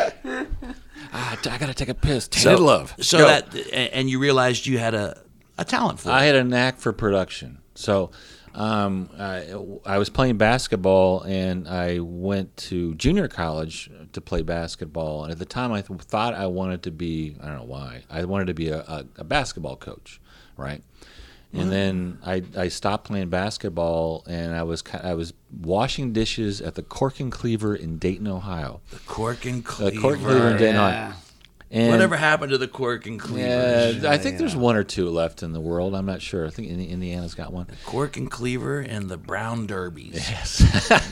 ah, I gotta take a piss. Tate so, and Love. so Go. that and and you realized you had a a talent for it. I had a knack for production. So um, I, I was playing basketball and I went to junior college to play basketball. And at the time, I th- thought I wanted to be, I don't know why, I wanted to be a, a, a basketball coach, right? And then I, I stopped playing basketball and I was ki- I was washing dishes at the Cork and Cleaver in Dayton, Ohio. the cork and The cleaver. Cork and Cleaver in Dayton, Ohio. Yeah. And Whatever happened to the cork and cleaver? Yeah, I think there's one or two left in the world. I'm not sure. I think Indi- Indiana's got one. Cork and cleaver and the brown derbies. Yes.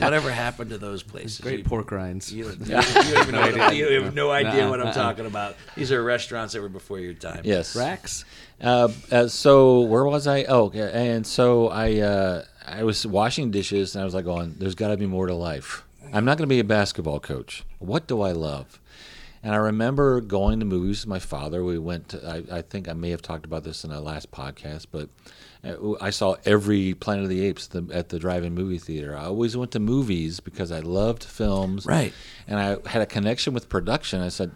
[LAUGHS] Whatever happened to those places? Great You- pork rinds. You, don't- [LAUGHS] you, don't even [LAUGHS] know what I'm- you have no idea what I'm talking about. These are restaurants that were before your time. yes. Racks. Uh, uh, so where was I? Oh, okay. and so I uh, I was washing dishes, and I was like, "Going, there's got to be more to life. I'm not going to be a basketball coach. What do I love?" And I remember going to movies with my father. We went. To, I, I think I may have talked about this in our last podcast, but uh, I saw every Planet of the Apes the, at the drive-in movie theater. I always went to movies because I loved films, Right. And I had a connection with production. I said,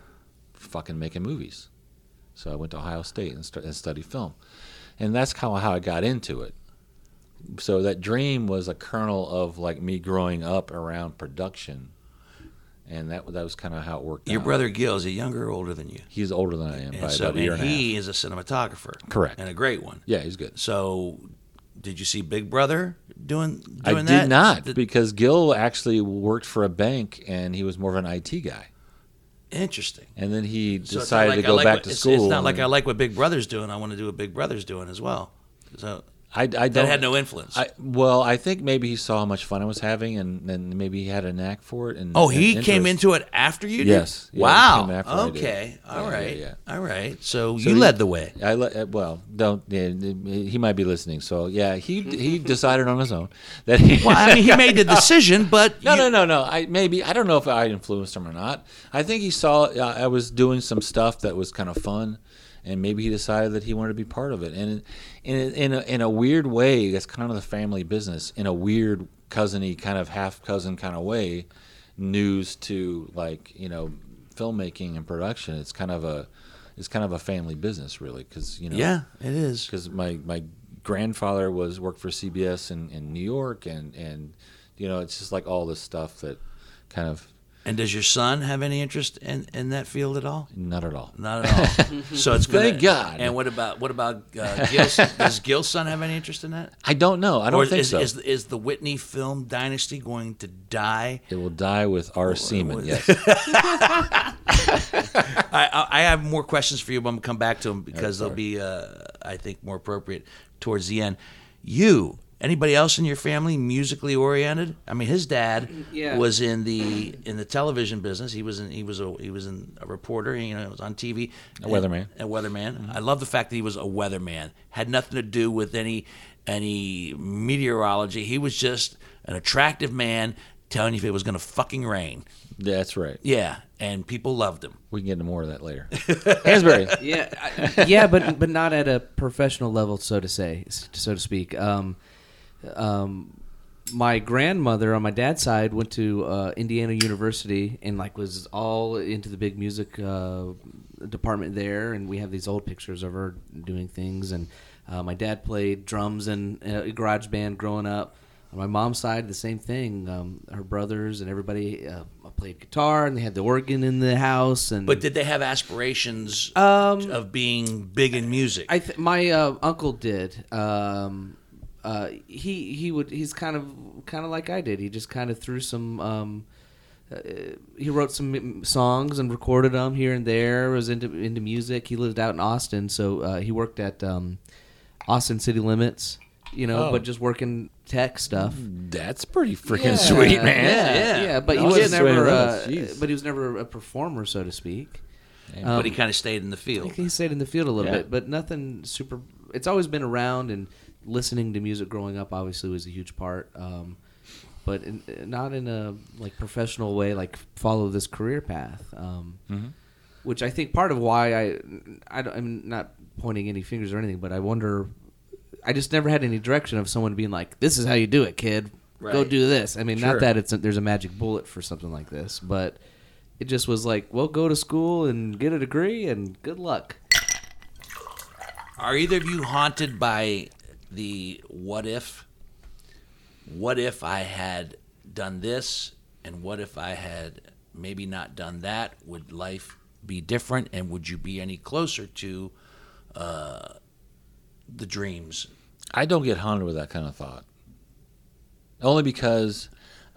"Fucking making movies." So I went to Ohio State and, stu- and studied film. And that's kind of how I got into it. So that dream was a kernel of like me growing up around production. And that, that was kind of how it worked Your out. brother Gil is a younger or older than you. He's older than I am Uh-huh. by And so about a year and and a half. he is a cinematographer. Correct. And a great one. Yeah, he's good. So did you see Big Brother doing doing I that? did not Th- because Gil actually worked for a bank and he was more of an IT guy. Interesting. And then he So it's not decided like I to go like back what- to it's- school. It's, not like and- I like what Big Brother's doing. I want to do what Big Brother's doing as well. So I, I don't, That had no influence. I, well, I think maybe he saw how much fun I was having, and then maybe he had a knack for it. And oh, he and came interest. into it after you did? Yes. Yeah, he wow. came after I did. okay. All Yeah, right. yeah, yeah. All right. So, So you he- led the [LAUGHS] way. I le- uh, well, don't. Yeah, he might be listening. So yeah, he he decided on his own that he. Well, I mean, he made the decision, but No, you- no, no, no. I maybe I don't know if I influenced him or not. I think he saw uh, I was doing some stuff that was kind of fun, and maybe he decided that he wanted to be part of it. And in in in a, in a weird way, that's kind of the family business in a weird cousin-y kind of half cousin kind of way. News to like you know filmmaking and production. It's kind of a it's kind of a family business really because you know yeah, it is. because my my grandfather was worked for CBS in, in New York, and and you know it's just like all this stuff that kind of And does your son have any interest in, in that field at all? not at all. Not at [LAUGHS] all. so it's good. Thank God. And what about what about uh, Gil's, [LAUGHS] does Gil's son have any interest in that? I don't know. I don't or think is, so. is is the Whitney film dynasty going to die? it will die with our semen. with- Yes. [LAUGHS] I, I- I have more questions for you, but I'm gonna come back to them because they'll be, uh, I think, more appropriate towards the end. You, anybody else in your family musically oriented? I mean, his dad Yeah. was in the in the television business. He was in he was a he was in a reporter. You know, he was on TV. A weatherman. Mm-hmm. A weatherman. I love the fact that he was a weatherman. Had nothing to do with any any meteorology. He was just an attractive man telling you if it was gonna fucking rain. That's right. Yeah, and people loved him. We can get into more of [LAUGHS] that later. Hansberry. yeah, I, yeah, but but not at a professional level, so to say, so to speak. Um, um, my grandmother on my dad's side went to uh, Indiana University and like was all into the big music uh, department there, and we have these old pictures of her doing things. And uh, my dad played drums and uh, garage band growing up. On my mom's side, the same thing. Um, her brothers and everybody uh, played guitar, and they had the organ in the house. And But did they have aspirations of being big in music? Um, I th- my uh, uncle did. Um, uh, he he would he's kind of kind of like I did. He just kind of threw some. Um, uh, he wrote some m- songs and recorded them here and there. Was into into music. He lived out in Austin, so uh, he worked at um, Austin City Limits. You know, Oh. Mm. but just working tech stuff. That's pretty freaking Yeah, sweet, man. Yeah, Yeah. yeah. but he Austin was City never. Limits, Uh, jeez. but he was never a performer, so to speak. but he kind of stayed in the um, I field. think he stayed in the field a little Yeah. bit, but nothing super. It's always been around, and listening to music growing up obviously was a huge part. Um, but in, not in a like professional way, like follow this career path. Um, Which I think part of why I, I don't, I'm not pointing any fingers or anything, but I wonder. I just never had any direction of someone being like, "This is how you do it, kid. Go Right. do this." I mean, Sure. not that it's a, there's a magic bullet for something like this, but it just was like, "Well, go to school and get a degree, and good luck." Are either of you haunted by the what if? What if I had done this, and what if I had maybe not done that? Would life be different, and would you be any closer to uh, the dreams? I don't get haunted with that kind of thought. Only because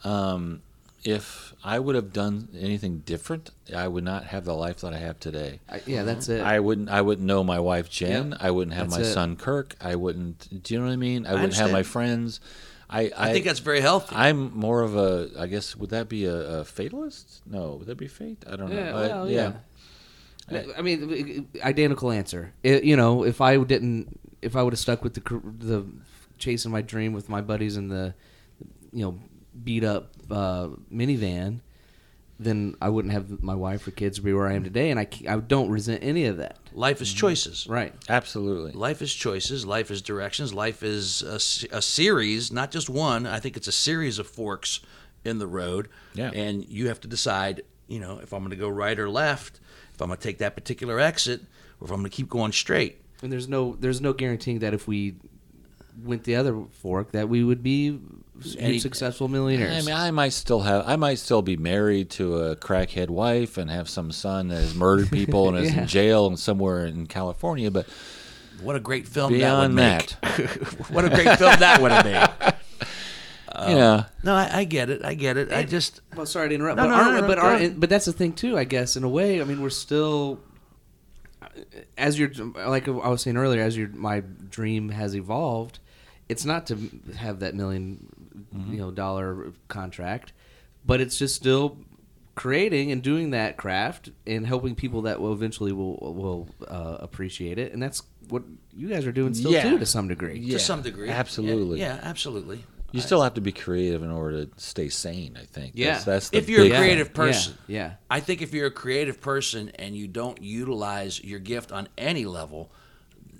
um, if I would have done anything different, I would not have the life that I have today. I, yeah, that's it. I wouldn't. I wouldn't know my wife Jen. Yeah. I wouldn't have That's my it. son Kirk. I wouldn't. Do you know what I mean? I, wouldn't have understand. my friends. I. I, I, think that's very healthy. I'm more of a. I guess would that be a, a fatalist? No, would that be fate? I don't yeah, know. I- well, yeah. I mean, identical answer. I you know, if I didn't, if I would have stuck with the cr- the chasing my dream with my buddies in the, you know, beat up uh, minivan, then I wouldn't have my wife or kids be where I am today, and I c- I don't resent any of that. Life is choices. Right. Absolutely. Life is choices. Life is directions. Life is a, s- a series, not just one. I think it's a series of forks in the road. Yeah. And you have to decide, you know, if I'm going to go right or left, if I'm going to take that particular exit, or if I'm going to keep going straight. And there's no there's no guaranteeing that if we went the other fork that we would be s- Any- successful millionaires. I mean, I might still have. I might still be married to a crackhead wife and have some son that has murdered people and is Yeah. in jail and somewhere in California. But What a great film beyond that that, would make. what a great film that would have [LAUGHS] made. yeah, No, I, I get it. I get it. I just Well, sorry to interrupt. No, but no, aren't- no, no, but go aren't- ahead. but that's the thing too, I guess. In a way, I mean, we're still as your like I was saying earlier, as your my dream has evolved, it's not to have that 1000000 Mm-hmm. you know dollar contract, but it's just still creating and doing that craft and helping people that will eventually will will uh, appreciate it, and that's what you guys are doing still Yeah. too to some degree. Yeah, to some degree. absolutely. Yeah, yeah, absolutely. You still have to be creative in order to stay sane. I think. Yeah. That's, that's the If you're a big thing. creative person. Yeah, yeah. I think if you're a creative person and you don't utilize your gift on any level,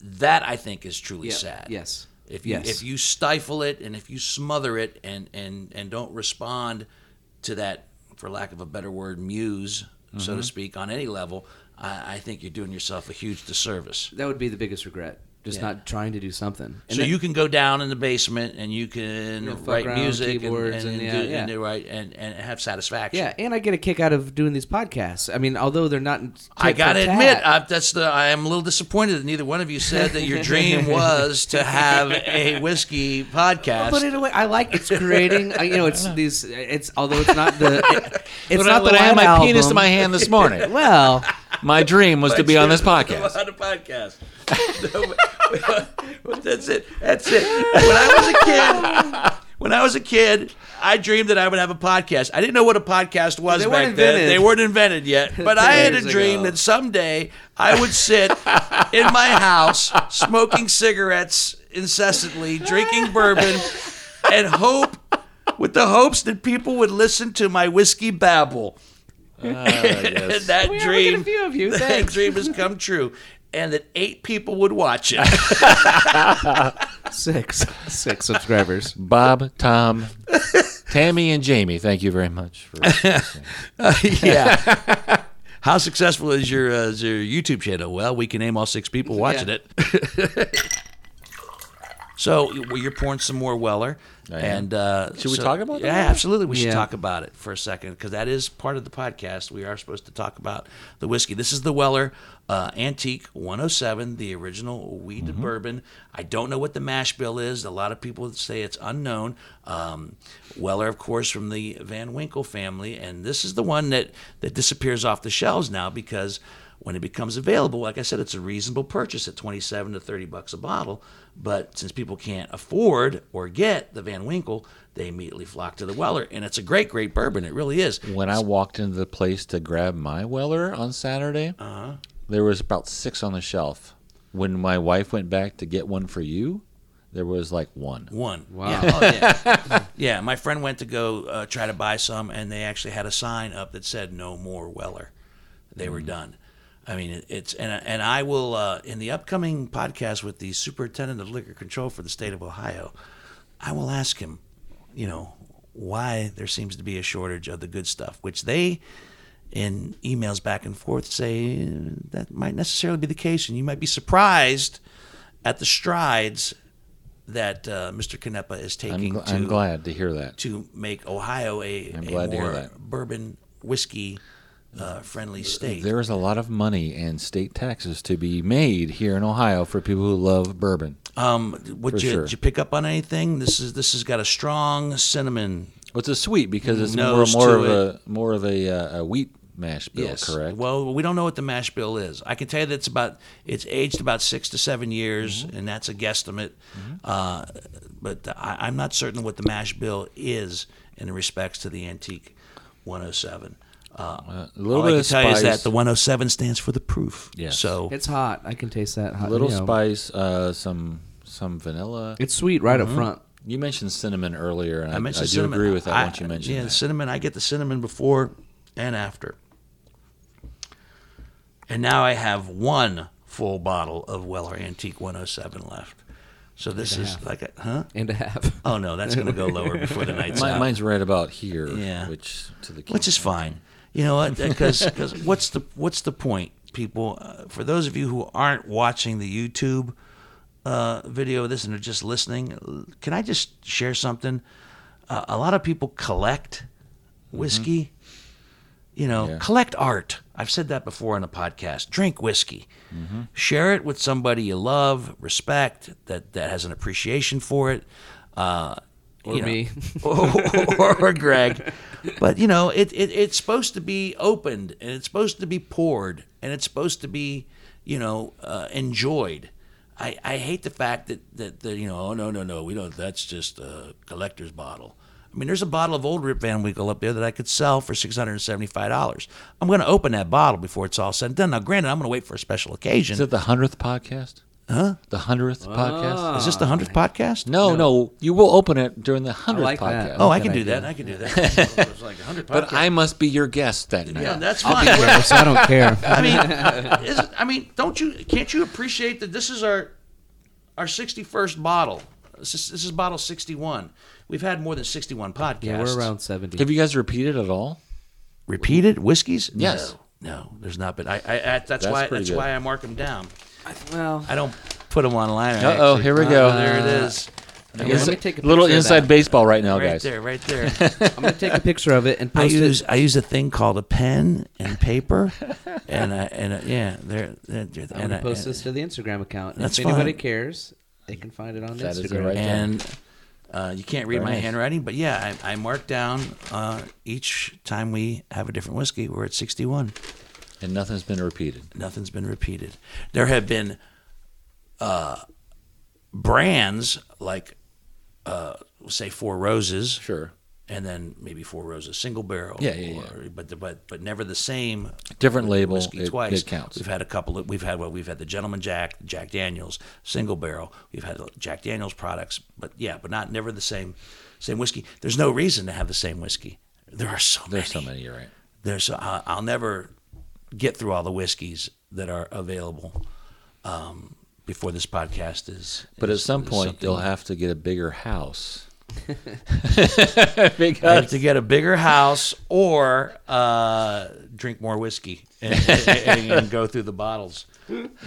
that I think is truly Yeah, sad. yes, If you yes. if you stifle it and if you smother it and and and don't respond to that, for lack of a better word, muse, Mm-hmm. so to speak, on any level, I, I think you're doing yourself a huge disservice. That would be the biggest regret, just Yeah. not trying to do something. so And that- you can go down in the basement and you can You know, fuck write around, music and, and, keyboards and, and do, yeah, yeah. and do right and, and have satisfaction. yeah, and I get a kick out of doing these podcasts. I mean, although they're not, I tit for gotta tat, admit, I, that's the. I am a little disappointed that neither one of you said that your [LAUGHS] dream was to have a whiskey podcast. But in a way, I like it's creating. I- you know, it's these. It's although it's not the. it- it's When I- not when the I had White my album. penis in my hand this [LAUGHS] morning. Well, my dream was to be on this podcast. [LAUGHS] On a podcast. No, that's it. That's it. When I was a kid, when I was a kid, I dreamed that I would have a podcast. I didn't know what a podcast was They back weren't then. invented. They weren't invented [LAUGHS] yet. But I had a Years dream ago. that someday I would sit in my house smoking cigarettes incessantly, drinking bourbon, and hope with the hopes that people would listen to my whiskey babble. and [LAUGHS] that Ah, we dream dream. a few of you. [LAUGHS] that Thanks. dream has come true, and that eight people would watch it. Six, six subscribers. Bob, Tom, Tammy, and Jamie. Thank you very much. For [LAUGHS] yeah. [LAUGHS] How successful is your uh, is your YouTube channel? Well, we can name all six people watching Yeah. it. [LAUGHS] so well, you're pouring some more Weller, I am. and uh, Should we so- talk about that? Yeah, absolutely. We should Yeah. talk about it for a second because that is part of the podcast. We are supposed to talk about the whiskey. This is the Weller uh, Antique 107, the original weeded bourbon. I don't know what the mash bill is. A lot of people say it's unknown. Um, Weller, of course, from the Van Winkle family, and this is the one that that disappears off the shelves now because when it becomes available, like I said, it's a reasonable purchase at 27 to 30 bucks a bottle. But since people can't afford or get the Van Winkle, they immediately flock to the Weller, and it's a great, great bourbon. It really is. when I walked into the place to grab my Weller on Saturday, there was about six on the shelf. When my wife went back to get one for you, there was like one. One. Wow. Yeah. Oh, yeah. yeah. My friend went to go uh, try to buy some, and they actually had a sign up that said "No more Weller." They Mm. were done. I mean, it, it's and and I will uh, in the upcoming podcast with the superintendent of liquor control for the state of Ohio, I will ask him, you know, why there seems to be a shortage of the good stuff, which they. In emails back and forth, say that might necessarily be the case, and you might be surprised at the strides that uh, Mr. Canepa is I'm, taking gl- to, I'm glad to hear that. to make Ohio a, I'm a glad to hear more that. bourbon whiskey uh, friendly state. There is a lot of money and state taxes to be made here in Ohio for people who love bourbon. um, would for you, sure. did you pick up on anything? This is this has got a strong cinnamon. Well, it's a sweet because it's more, Nose more to of a more of a, uh, a wheat mash bill, yes, correct? Well, we don't know what the mash bill is. I can tell you that it's about it's aged about six to seven years, Mm-hmm. and that's a guesstimate. Uh, but I, I'm not certain what the mash bill is in respects to the antique 107. Uh, a little All I bit can of tell you spice. is that the 107 stands for the proof. Yes. So It's hot. I can taste that hot. little you know. spice, uh, some some vanilla. It's sweet right up front. You mentioned cinnamon earlier, and I, I mentioned I do cinnamon. agree with that I- once you mentioned Yeah, that. cinnamon. I get the cinnamon before and after. And now I have one full bottle of Weller Antique 107 left. So this is like a huh? And a half. Oh no, that's going to go lower before [LAUGHS] the night's Mi- out. mine's right about here, Yeah. which to the which is fine. You know what? Because [LAUGHS] what's the what's the point, people? Uh, for those of you who aren't watching the YouTube uh, video of this and are just listening, uh, can I just share something? Uh, a lot of people collect Mm-hmm. whiskey. You know, Yeah. collect art. I've said that before on a podcast. Drink whiskey. Mm-hmm. Share it with somebody you love, respect that that has an appreciation for it. Uh, Or you know, [LAUGHS] me. or, or Greg. But you know, it, it it's supposed to be opened and it's supposed to be poured and it's supposed to be, you know, uh, enjoyed. I, I hate the fact that, that, that you know oh no no no we don't that's just a collector's bottle. I mean, there's a bottle of old Rip Van Winkle up there that I could sell for six hundred and seventy-five dollars. I'm going to open that bottle before it's all said and done. Now, granted, I'm going to wait for a special occasion. Is it the hundredth podcast? Huh? The hundredth Ah. podcast? Is this the hundredth podcast? No, no, You will open it during the hundredth like podcast. that. Oh, I can do that. I can do that. It was like 100 [LAUGHS] But I must be your guest that night. yeah, that's I'll fine. be there, so I don't care. I [LAUGHS] mean, is, I mean, don't you? Can't you appreciate that this is our our sixty first bottle? This is, this is bottle sixty one. We've had more than sixty one podcasts. [LAUGHS] Yeah, we're around seventy. Have you guys repeated at all? repeated whiskeys. Yes. No, no, there's not been. I, I, I that's, why pretty that's good. why I mark them down. Well, I don't put them online. I Uh-oh, actually- here we go. Oh, there it is. let me take a little picture of inside that. baseball right now, Right Oh, guys. there, right [LAUGHS] there. I'm gonna take a picture of it and I post use it. I use a thing called a pen and [LAUGHS] paper, and I, and I, yeah, there. there- there- I'm and gonna I, post and, this to the Instagram account. That's if anybody fine. cares, they can find it on That is the Instagram. right- and uh, you can't read my handwriting, but yeah, I, I mark down uh, each time we have a different whiskey. We're at 61. And nothing's been repeated. Nothing's been repeated. There have been uh, brands like, uh, say, Four Roses. Sure. And then maybe Four Roses single barrel. Yeah, yeah, or- But, but, but never the same Different label. whiskey It, twice. it counts. We've had a couple of we've had well, we've had the Gentleman Jack, Jack Daniels, single barrel. We've had Jack Daniels products, but yeah, but not never the same same whiskey. There's no reason to have the same whiskey. There are so There's so many. many, you're right. There's I- I'll never get through all the whiskeys that are available um, before this podcast is. But at is- some is point, something- you'll have to get a bigger house. I have uh, to get a bigger house or uh, drink more whiskey and, and, and go through the bottles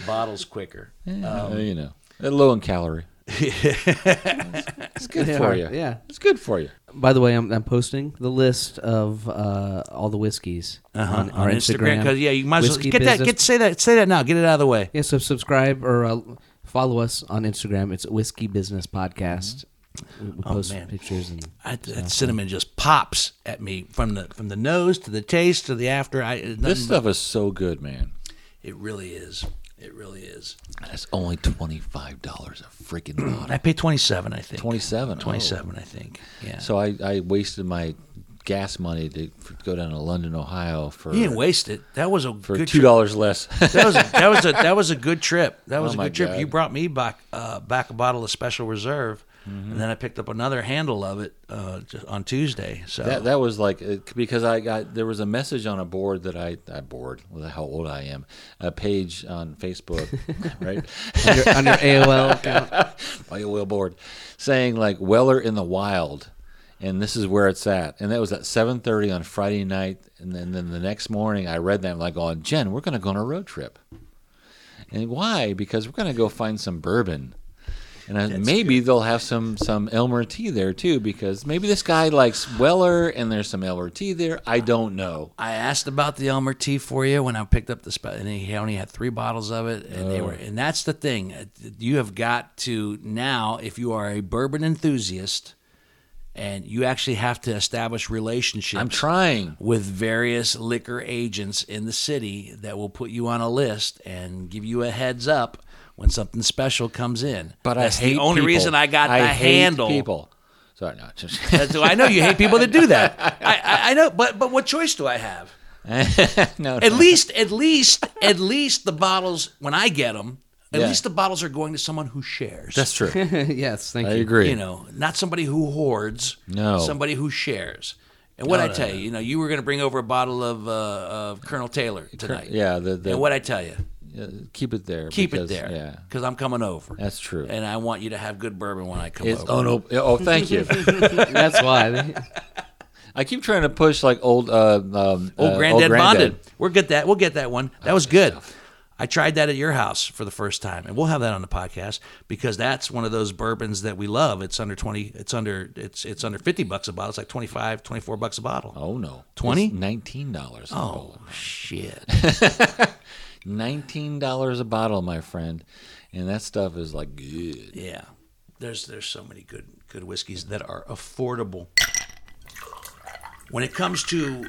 bottles quicker. Uh, um, you know, they're low [LAUGHS] in calorie. it's good They for are, you. yeah. it's good for you. By the way, I'm, I'm posting the list of uh, all the whiskeys on, our Instagram. because yeah, you might as well Whiskey get that. Business. Get say that. Say that now. Get it out of the way. yeah. So subscribe or uh, follow us on Instagram. It's Whiskey Business Podcast. We, we post man. pictures and I, that cinnamon just pops at me from the from the nose to the taste to the after. I it's This nothing but- stuff is so good, man. it really is. It really is. And it's only twenty five dollars a freaking bottle. I paid twenty seven. I think Twenty seven. Twenty seven. I think. Yeah. Oh. So I, I wasted my gas money to f- go down to London, Ohio for you didn't waste it. That was a for good two trip. [LAUGHS] dollars less. That was a, that was a that was a good trip. That was Oh, a my good trip. God. You brought me back uh, back a bottle of Special Reserve, Mm-hmm. and then I picked up another handle of it uh, ju- on Tuesday. So That that was like it- because I got there was a message on a board that I I board with how old I am a page on Facebook right on your, on your AOL account. [LAUGHS] my oil board saying like Weller in the wild and this is where it's at and that was at 7:30 on Friday night and then, then the next morning I read that I'm like oh Jen we're gonna go on a road trip and why because we're gonna go find some bourbon. And I, maybe they'll have some some Elmer tea there too, because maybe this guy likes Weller and there's some Elmer tea there. I don't know. I asked about the Elmer tea for you when I picked up the spot, and he only had three bottles of it, and Oh. they were. And that's the thing, Uh, you have got to now, if you are a bourbon enthusiast, and you actually have to establish relationships. I'm trying. with various liquor agents in the city that will put you on a list and give you a heads up when something special comes in. But that's I hate the only people. reason I got I the hate handle. People. Sorry, no. Just, [LAUGHS] That's- I know you hate people that do that. I, I, I know, but but what choice do I have? no, At least, at least, at least the bottles when I get them, at Yeah. least the bottles are going to someone who shares. that's true. yes, thank I you. agree. [LAUGHS] you know, not somebody who hoards. No. somebody who shares. And what I tell you, you know, you were going to bring over a bottle of uh, of Colonel Taylor tonight. yeah, the, the and what I tell you, uh, keep it there. keep because- it there. Yeah, Because I'm coming over. that's true. And I want you to have good bourbon when I come it's over. unop- oh, thank [LAUGHS] you. That's why. [LAUGHS] I keep trying to push like old, uh, um, uh, old granddad, bonded. We'll get that. We'll get that one. That was good. I tried that at your house for the first time, and we'll have that on the podcast because that's one of those bourbons that we love. It's under twenty. It's under. It's it's under fifty bucks a bottle. It's like 25, 24 bucks a bottle. Oh no, 20? It's nineteen dollars. Oh shit! nineteen dollars a bottle, my friend, and that stuff is like good. yeah, there's there's so many good good whiskeys that are affordable. When it comes to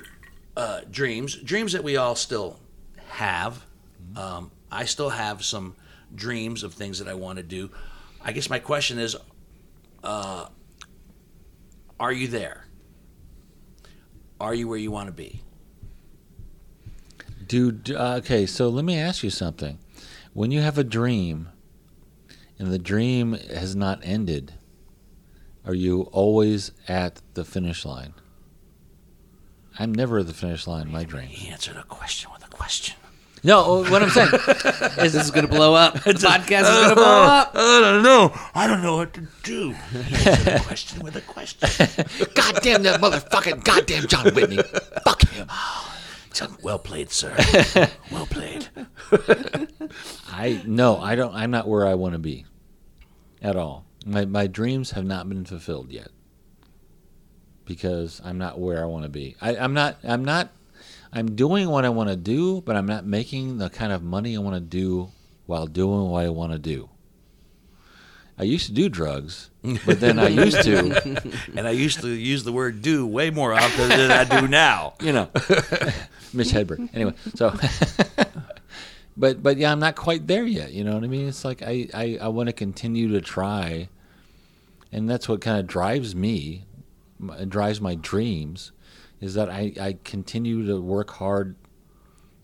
uh, dreams, dreams that we all still have, um, I still have some dreams of things that I want to do. I guess my question is, uh, are you there? Are you where you want to be? Dude, uh, okay, so let me ask you something. When you have a dream and the dream has not ended, are you always at the finish line? I'm never at the finish line in my dream. He answered a question with a question. No, what [LAUGHS] I'm saying This is going to blow up. The podcast is going to blow up. I don't know. I don't know what to do. He answered [LAUGHS] a question with a question. goddamn that motherfucking goddamn John Whitney. Fuck him. Well played, sir. Well played. I no, I don't I'm not where I want to be at all. My my dreams have not been fulfilled yet. Because I'm not where I want to be. I, I'm not I'm not I'm doing what I want to do, but I'm not making the kind of money I want to do while doing what I want to do. I used to do drugs, but then I used to, And I used to use the word do way more often than I do [LAUGHS] now. you know, Mitch Hedberg. Anyway, so, [LAUGHS] but but yeah, I'm not quite there yet. You know what I mean? It's like I I, I want to continue to try, and that's what kind of drives me, m- drives my dreams, is that I I continue to work hard,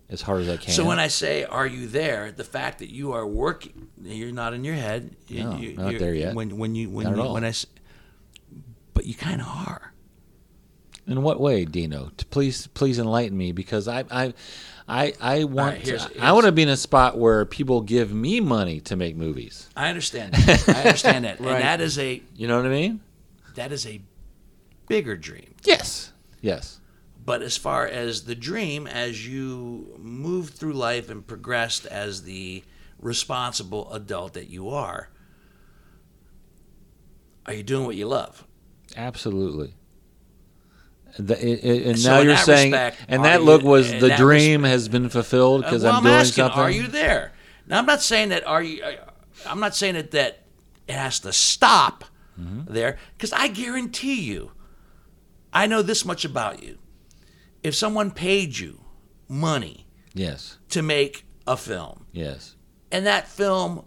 as hard as I can. So when I say, "Are you there?" the fact that you are working, you're not in your head. You, No, you- not you're- there yet. When when you when Not at you, all. when I, s- but you kind of are. in what way, Dino? T- Please please enlighten me because I I. I, I want right, here's- I want to be in a spot where people give me money to make movies. I understand. That. I understand [LAUGHS] that, Right. and that is a You know what I mean? that is a bigger dream. Yes. Yes. But as far as the dream, as you moved through life and progressed as the responsible adult that you are, are you doing what you love? Absolutely. The, it, it- and So now in you're that saying, respect, and are that you- look was in the that dream has been fulfilled Uh, because well, I'm, I'm, doing asking, something. are you there? Now, I'm not saying that. Are you? I- I'm not saying that that it has to stop Mm-hmm. there because I guarantee you, I know this much about you. If someone paid you money Yes. to make a film, Yes. and that film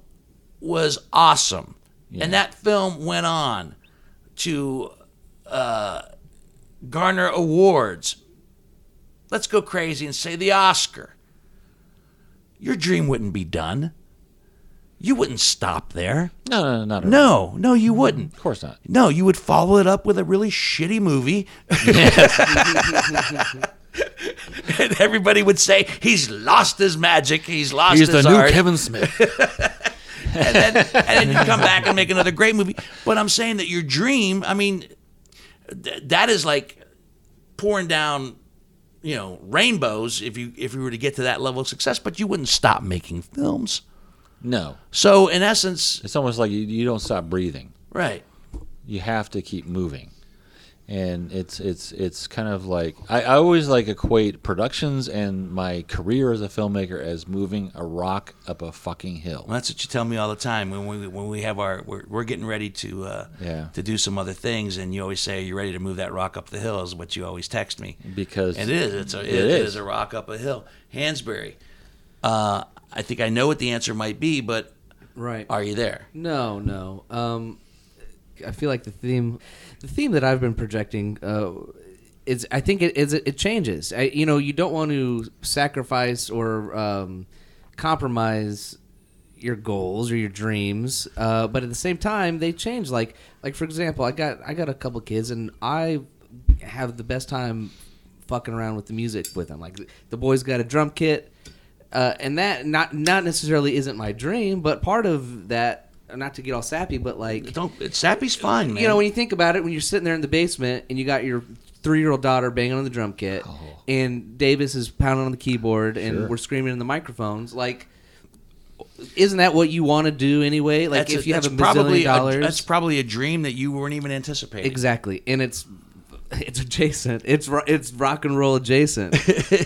was awesome. And that film went on to uh, garner awards. Let's go crazy and say the Oscar. Your dream wouldn't be done. You wouldn't stop there. No, no, no, not at all. No, no, you wouldn't. Of course not. No, you would follow it up with a really shitty movie. [LAUGHS] and everybody would say, he's lost his magic. He's lost He's the his new art Kevin Smith. and then, and then you come back and make another great movie. But I'm saying that your dream, I mean, th- that is like pouring down, you know, rainbows if you if you were to get to that level of success. But you wouldn't stop making films. [LAUGHS] no, So in essence, it's almost like you, you don't stop breathing. right? You have to keep moving, and it's it's it's kind of like I, I always like equate productions and my career as a filmmaker as moving a rock up a fucking hill. Well, that's what you tell me all the time when we when we have our we're, we're getting ready to uh, Yeah. to do some other things, and you always say you're ready to move that rock up the hill is what you always text me. Because And it is. It's a, It it is. is. a rock up a hill. Hansberry. Uh, I think I know what the answer might be, but [LAUGHS] Right. are you there? No, no. Um, I feel like the theme, the theme that I've been projecting, uh, is I think it is it changes. I, you know, you don't want to sacrifice or um, compromise your goals or your dreams, uh, but at the same time, they change. Like, like for example, I got I got a couple kids, and I have the best time fucking around with the music with them. Like, the boys got a drum kit uh, and that not not necessarily isn't my dream, but part of that, not to get all sappy, but like Don't. Sappy's fine, man. you know, when you think about it, when you're sitting there in the basement and you got your three year old daughter banging on the drum kit, Oh. and Davis is pounding on the keyboard, and we're screaming in the microphones, like. Isn't that what you want to do anyway? Like That's if you have a that's bazillion dollars, a, that's probably a dream that you weren't even anticipating. Exactly, and it's it's adjacent. It's ro- it's rock and [LAUGHS] roll adjacent.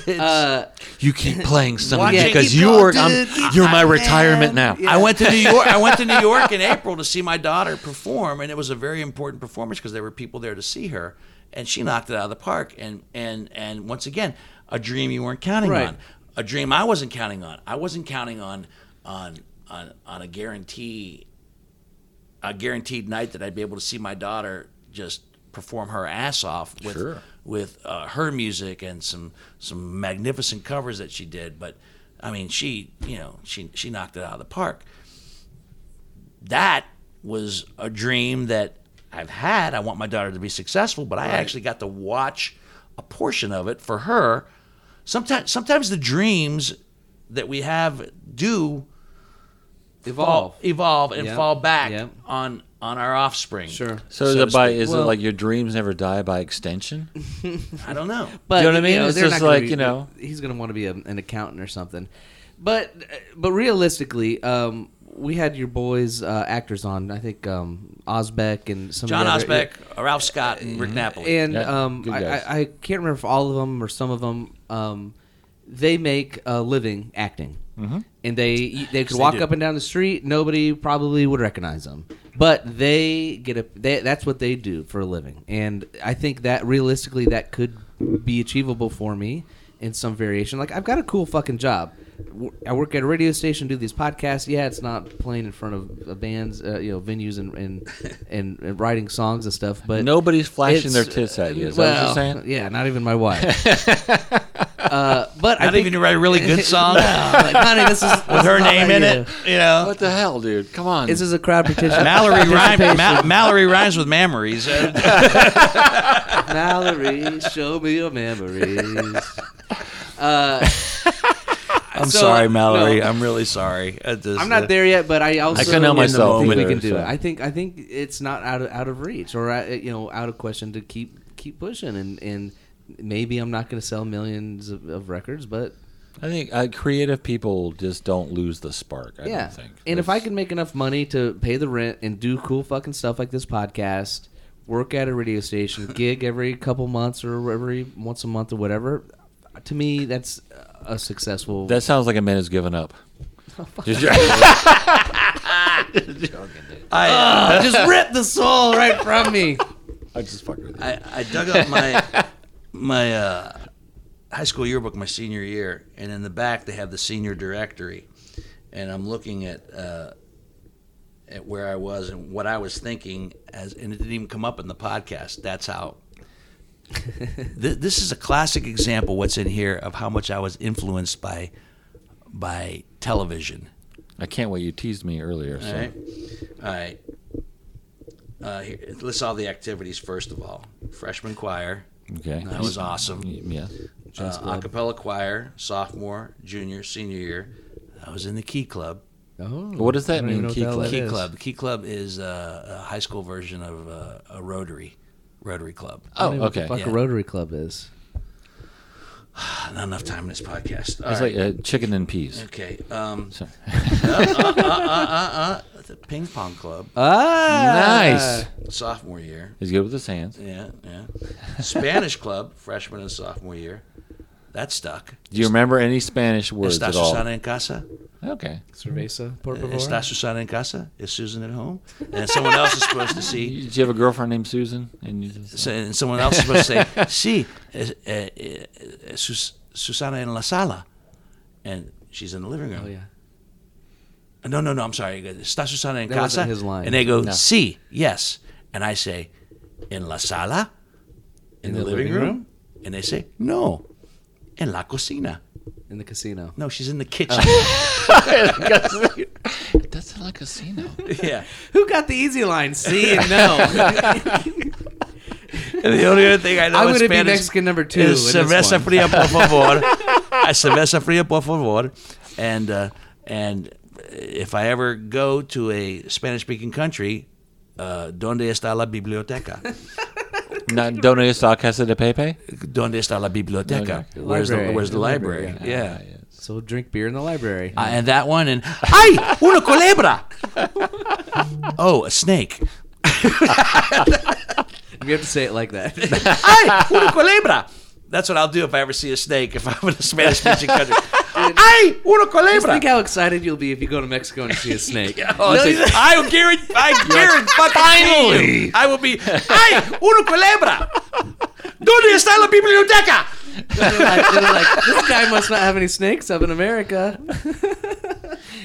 uh, You keep playing something Watch it. because Keep you going, are I'm, you're my retirement now. I went to New York. I went to New York in April to see my daughter perform, and it was a very important performance because there were people there to see her, and she knocked it out of the park. And and and once again, a dream you weren't counting Right. on, a dream I wasn't counting on. I wasn't counting on on on on a guarantee a guaranteed night that I'd be able to see my daughter just perform her ass off with Sure. with uh, her music and some some magnificent covers that she did. But I mean, she you know she she knocked it out of the park. That was a dream that I've had. I want my daughter to be successful, but I actually got to watch a portion of it for her. Sometimes sometimes the dreams that we have do Evolve. fall- evolve and Yep. fall back Yep. on on our offspring. Sure. So, is, it, by, speak. is it Well- like your dreams never die by extension? I don't know. But You know what I mean? It's they're just not gonna like, you know- he's going to want to be a, an accountant or something. But but realistically, um, we had your boys uh, actors on. I think um, Osbeck and some John of the other- Osbeck, Ralph Scott, and Rick Napoli. and Yeah, um, good I, guys. I, I can't remember if all of them or some of them. Um, they make a living acting, Mm-hmm. and they they could they walk do. up and down the street. Nobody probably would recognize them, but they get a. They, that's what they do for a living, and I think that realistically that could be achievable for me in some variation. Like I've got a cool fucking job. W- I work at a radio station, do these podcasts. Yeah, it's not playing in front of uh, bands, uh, you know, venues, and and, and and writing songs and stuff. But Nobody's flashing their it's- tits at you. Is that what well, you're saying? yeah, not even [LAUGHS] my wife. uh, but I Not think, even to write a really good song [LAUGHS] No, like, honey, [LAUGHS] this is with her name in it. You know, What the hell, dude? Come on. This is a crowd petition. Mallory participation. rhymes. Ma- Mallory rhymes with [LAUGHS] mammaries. Uh, Mallory, show me [LAUGHS] your memories. Uh, I'm So, sorry, Mallory. no. I'm really sorry. I just, uh, I'm not there yet, but I also I couldn't help in the myself moment think either, we can do so. it. I think I think it's not out of out of reach or uh, you know out of question to keep keep pushing and and maybe I'm not going to sell millions of, of records, but I think uh, creative people just don't lose the spark. I yeah. don't think. And if I That's- can make enough money to pay the rent and do cool fucking stuff like this podcast, work at a radio [LAUGHS] station, gig every couple months or every once a month or whatever, to me that's a successful. that sounds like a man who's given up. Just- I, uh, [LAUGHS] just rip the soul right from me. I just fucked with you. I, I dug up [LAUGHS] my my uh, high school yearbook my senior year, and in the back they have the senior directory, and I'm looking at uh, at where I was and what I was thinking, as and it didn't even come up in the podcast. That's [LAUGHS] how. Th- this is a classic example. What's in here of how much I was influenced by by television. [LAUGHS] I can't wait. You teased me earlier. So. All right. All right. Uh, here, let's solve the activities first of all. Freshman choir. Okay. That was awesome. Yeah. Uh, a cappella choir, sophomore, junior, senior year. I was in the Key Club. [LAUGHS] Oh, What does that I don't even mean, know what Key the hell Club? that Key is. Club. Key Club is uh, a high school version of uh, a Rotary, Rotary Club. I don't Oh, even know what the okay. fuck a Yeah. Rotary Club is. Ah, Not enough time in this podcast. All It's right. like uh, chicken and peas. okay. Um, [LAUGHS] Sorry. the ping pong club. Uh, Nice. Sophomore year. He's good with his hands. Yeah, yeah. Spanish club. Freshman and sophomore year. That stuck. Do you remember any Spanish words Está at all? Susana en casa? Okay. Cerveza, por Está Susana en casa? Is Susan at home? And someone else is supposed to see. [LAUGHS] You- Did you have a girlfriend named Susan? And you just, So, and someone else is supposed [LAUGHS] to say, "Sí, es- eh, eh, eh, Sus- Susana en la sala," and she's in the living room. Oh yeah. No, no, no. I'm sorry. Está Susana en That casa? wasn't his line. And they go, No. "Sí, yes," and I say, "En la sala," in, the, living, room? and they say, "No, en la cocina." In the casino. No, she's in the kitchen. Oh. That's like a casino. [LAUGHS] yeah. [LAUGHS] Who got the easy line? C and [LAUGHS] no. And the only other thing I know I'm in gonna be Spanish Mexican number two is in this cerveza one. fría, [LAUGHS] por favor. Uh, cerveza fría, por favor. And uh, and if I ever go to a Spanish-speaking country, uh, ¿dónde está la biblioteca? [LAUGHS] [LAUGHS] Not Dona Esta Casa de Pepe? ¿Dónde está la biblioteca? Okay. Where's the Library. Where's the The library, library? yeah. Yeah. Ah, yeah. so drink beer in the library. Uh, and that one and ay, una [LAUGHS] culebra. oh, a snake. You have to say it like that. [LAUGHS] Ay, una culebra. That's what I'll do if I ever see a snake. If I'm in a Spanish-speaking [LAUGHS] country. Ay, una Just culebra. think how excited you'll be if you go to Mexico and see a [LAUGHS] snake. Oh, It's like, I will guarantee. I guarantee. Finally, I will be. Hey, una culebra. ¿Dónde está la biblioteca? they're like, they're like, this guy must not have any snakes up in America.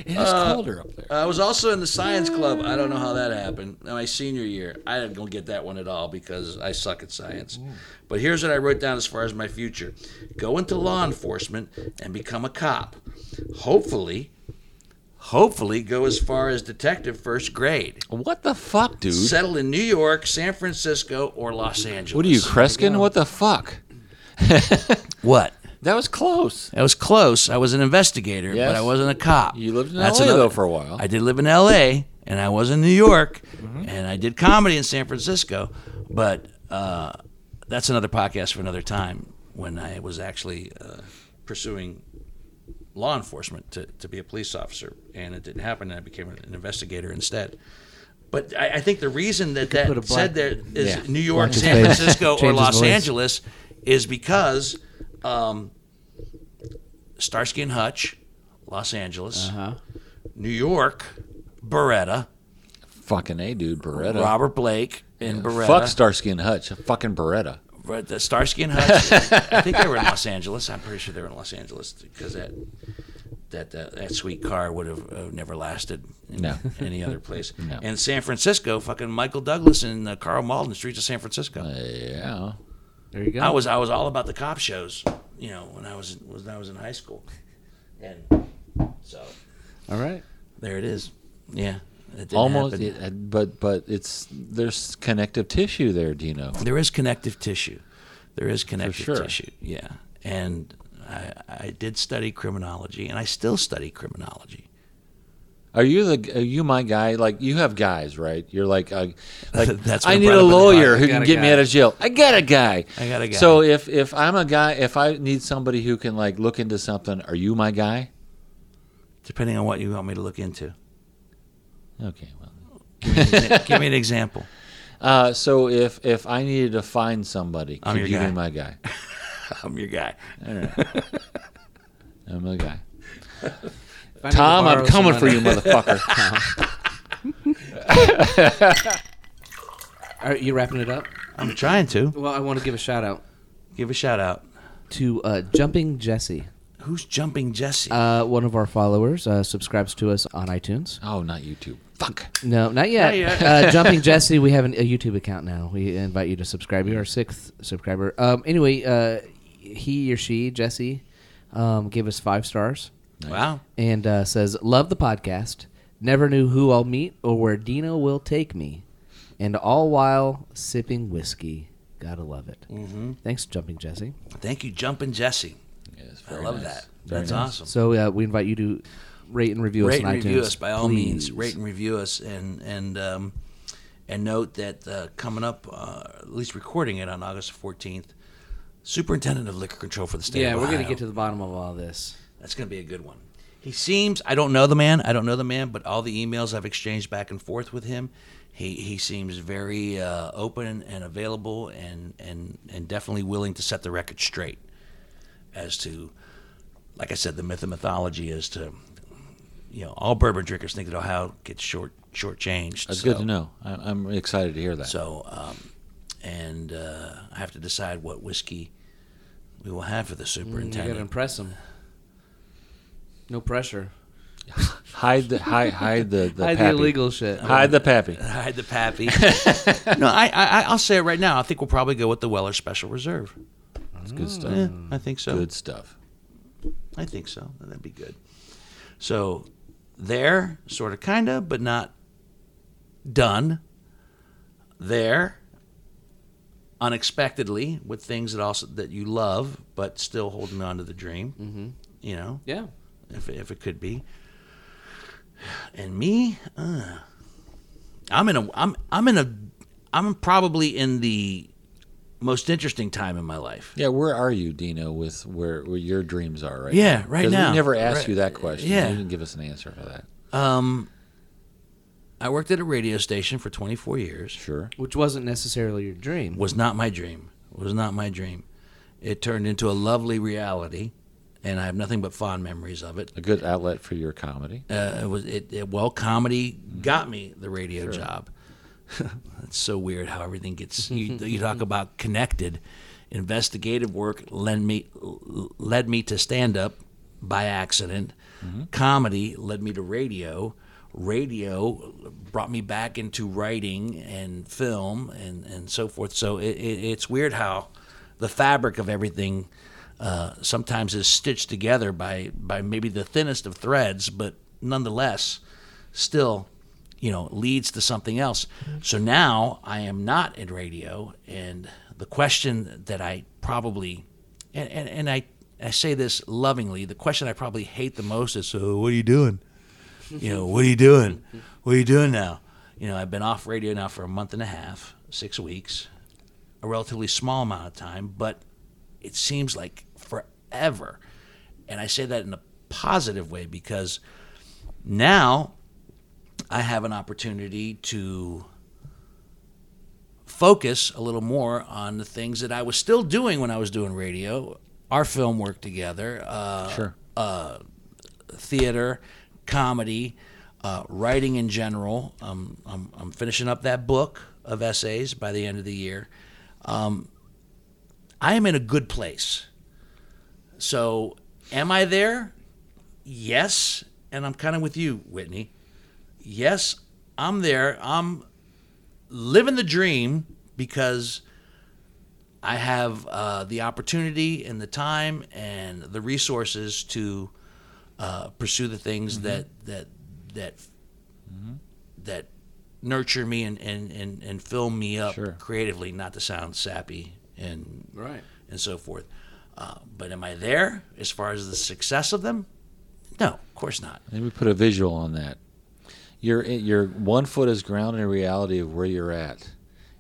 It is colder up there. I was also in the science club. I don't know how that happened. My senior year, I didn't go get that one at all because I suck at science. But here's what I wrote down as far as my future: go into law enforcement and become a cop. Hopefully, hopefully, go as far as detective first grade. What the fuck, dude? Settle in New York, San Francisco, or Los Angeles. What are you, Kreskin? What the fuck? What? That was close. I was close. I was an investigator, Yes. but I wasn't a cop. You lived in LA, though, for a while. Mm-hmm. I did live in L.A. and I was in New York, and I did comedy in San Francisco. But uh, that's another podcast for another time. When I was actually uh, pursuing law enforcement to, to be a police officer, and it didn't happen, and I became an investigator instead. But I, I think the reason that that put a black- said there is Yeah. New York, Watch his San face. Francisco, or Change his Los voice. Angeles is because um, Starsky and Hutch, Los Angeles, Uh-huh. New York, Beretta, Fucking A, dude. Beretta. Robert Blake in Beretta. Fuck Starsky and Hutch. Fucking Beretta. Right, the Starsky and Hutch. I think they were in Los Angeles. I'm pretty sure they were in Los Angeles because that that that, that sweet car would have uh, never lasted in No. any other [LAUGHS] place. No. And San Francisco, fucking Michael Douglas and uh, Carl Malden, Streets of San Francisco. Uh, Yeah. There you go. Oh. I was I was all about the cop shows, you know, when I was when I was in high school, and so All right. there it is. Yeah, it didn't Almost. happen. It, uh, but but it's there's connective tissue there, Dino. There is connective tissue. There is connective sure. tissue. Yeah. And I, I did study criminology, and I still study criminology. Are you the are you my guy? Like you have guys, right? You're [LAUGHS] like uh, like That's I what need brought a up in the lawyer podcast. who I got can a get me guy. out of jail. I got a guy. I got a guy. So if if I'm a guy, if I need somebody who can like look into something, are you my guy? Depending on what you want me to look [LAUGHS] into, Okay. Well. give me an example. Uh, so if if I needed to find somebody, I'm could your you guy. be my [LAUGHS] guy? I'm your guy. I'm the guy. If I need to Tom, I'm borrow coming some for you, [LAUGHS] money- motherfucker. [LAUGHS] [LAUGHS] All right, you wrapping it up? I'm trying to Well, I want to give a shout out give a shout out. to uh, Jumping Jesse, Who's jumping Jesse? uh, one of our followers, uh, subscribes to us on iTunes. oh, not YouTube. Fuck. No, not yet. Not yet. [LAUGHS] uh, Jumping Jesse, we have an, a YouTube account now. We invite you to subscribe. You're our sixth subscriber. Um, anyway, uh, he or she, Jesse, um, gave us five stars Wow. and uh, says, "Love the podcast. Never knew who I'll meet or where Dino will take me, and all while sipping whiskey. Gotta love it. Mm-hmm. Thanks, Jumping Jesse. Thank you, jumping Jesse. Yes, I very love nice. that. Very That's nice. awesome. So uh, we invite you to rate and review rate us on and iTunes. review us by all means. please. Rate and review us, and and um, and note that uh, coming up, uh, at least recording it on August fourteenth, Superintendent of Liquor Control for the state. yeah, of we're gonna Ohio. get to the bottom of all this. That's gonna be a good one. He seems. I don't know the man. I don't know the man, but all the emails I've exchanged back and forth with him, he he seems very uh, open and available, and and and definitely willing to set the record straight as to, like I said, the myth and mythology as to, you know, all bourbon drinkers think that Ohio gets short shortchanged. That's so- good to know. I, I'm excited to hear that. So, um, and uh, I have to decide what whiskey we will have for the Mm, You gotta superintendent. impress them. No pressure. hide the hide [LAUGHS] hide the the, Hide the pappy. illegal shit. Hide the pappy. Hide the pappy. [LAUGHS] no, I, I, I'll say it right now. I think we'll probably go with the Weller Special Reserve. Mm. That's good stuff. Yeah, I think so. Good stuff. I think so. That'd be good. So, there, sort of, kind of, but not done. There, unexpectedly, with things that also that you love, but still holding on to the dream. Mm-hmm. You know, Yeah. if if it could be. And me, uh, I'm in a I'm I'm in a I'm probably in the most interesting time in my life. Yeah, where are you, Dino, with where, where your dreams are right Yeah, now? right 'Cause now. We never asked Right. you that question. Yeah. You didn't give us an answer for that. Um, I worked at a radio station for 24 years. Sure. Which wasn't necessarily your dream. Was not my dream. Was not my dream. It turned into a lovely reality, and I have nothing but fond memories of it. A good outlet for your comedy. uh, it was it, it well comedy got me the radio job it's so weird how everything gets you, you talk about connected investigative work led me led me to stand up by accident Comedy led me to radio. Radio brought me back into writing and film and, and so forth. So it, it, it's weird how the fabric of everything uh, sometimes is stitched together by, by maybe the thinnest of threads, but nonetheless, still you know leads to something else so now i am not in radio and the question that i probably and, and, and I, I say this lovingly the question i probably hate the most is so what are you doing you know what are you doing what are you doing now you know i've been off radio now for a month and a half six weeks a relatively small amount of time but it seems like forever and i say that in a positive way because now I have an opportunity to focus a little more on the things that I was still doing when I was doing radio, our film work together, uh, Sure. uh, theater, comedy, uh, writing in general. Um, I'm, I'm finishing up that book of essays by the end of the year. Um, I am in a good place. So, am I there? Yes. And I'm kind of with you, Whitney yes, I'm there. I'm living the dream because I have uh, the opportunity and the time and the resources to uh, pursue the things that that that that nurture me and, and, and, and fill me up Sure. creatively. Not to sound sappy and Right. and so forth. Uh, but am I there as far as the success of them? No, of course not. Maybe put a visual on that. Your your one foot is grounded in reality of where you're at,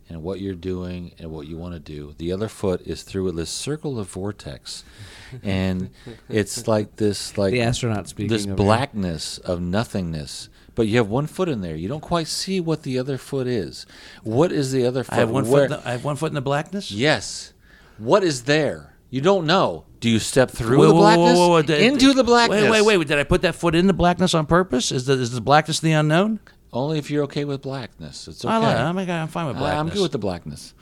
and what you're doing, and what you want to do. The other foot is through this circle of vortex, [LAUGHS] and it's like this like The astronaut speaking this over here. blackness of nothingness. But you have one foot in there. You don't quite see what the other foot is. What is the other foot? I have one Where- foot. In the, I have one foot in the blackness. Yes. What is there? You don't know. Do you step through Whoa, the whoa, blackness? whoa, whoa, whoa, did- Into the blackness. Wait, wait, wait. Did I put that foot in the blackness on purpose? Is the, is the blackness the unknown? Only if you're okay with blackness. It's okay. I like, oh my God, I'm fine with I- blackness. I'm good with the blackness.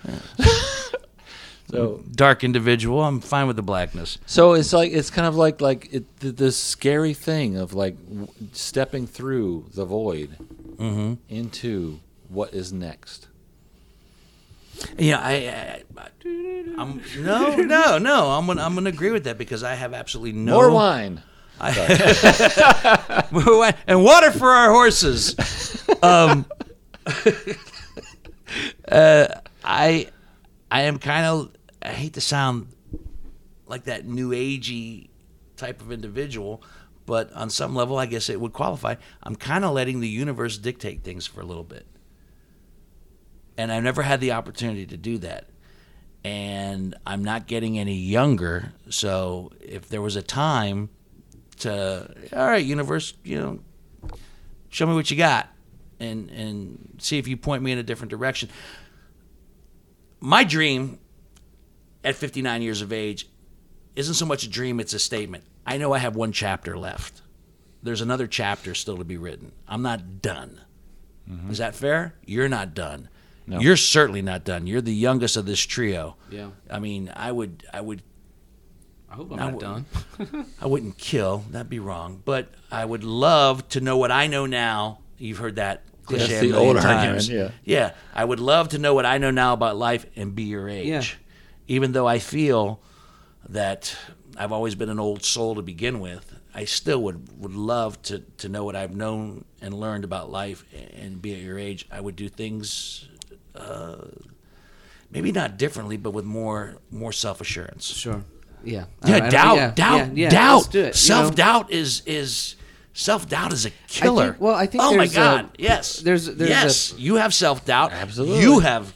so, dark individual. I'm fine with the blackness. so it's like it's kind of like like it, th- this scary thing of like w- stepping through the void Mm-hmm. into what is next. Yeah, I, I, I I'm no, no, no. I'm gonna, I'm gonna agree with that because I have absolutely no More wine. [LAUGHS] More wine. and water for our horses. Um, [LAUGHS] uh, I, I am kind of. I hate to sound like that new agey type of individual, but on some level, I guess it would qualify. I'm kind of letting the universe dictate things for a little bit. And I've never had the opportunity to do that. And I'm not getting any younger. So if there was a time to, all right, universe, you know, show me what you got and, and see if you point me in a different direction. My dream at 59 years of age isn't so much a dream, it's a statement. I know I have one chapter left. There's another chapter still to be written. I'm not done. Is that fair? You're not done. You're certainly not done. You're the youngest of this trio. Yeah. I mean, I would I would I hope I'm I not w- done. [LAUGHS] I wouldn't kill, that'd be wrong, but I would love to know what I know now. You've heard that cliche That's a the million old times. argument, yeah. yeah, I would love to know what I know now about life and be your age. Yeah. Even though I feel that I've always been an old soul to begin with, I still would, would love to, to know what I've known and learned about life and be at your age. I would do things uh, maybe not differently, but with more more self assurance. Sure. Yeah. Yeah, I- I- doubt, yeah, doubt, yeah, yeah, doubt. let's do it, you know? self doubt is is self doubt is a killer. think- well, I think Oh my there's a- God! yes. there's- there's a- yes. you have self doubt. Absolutely. You have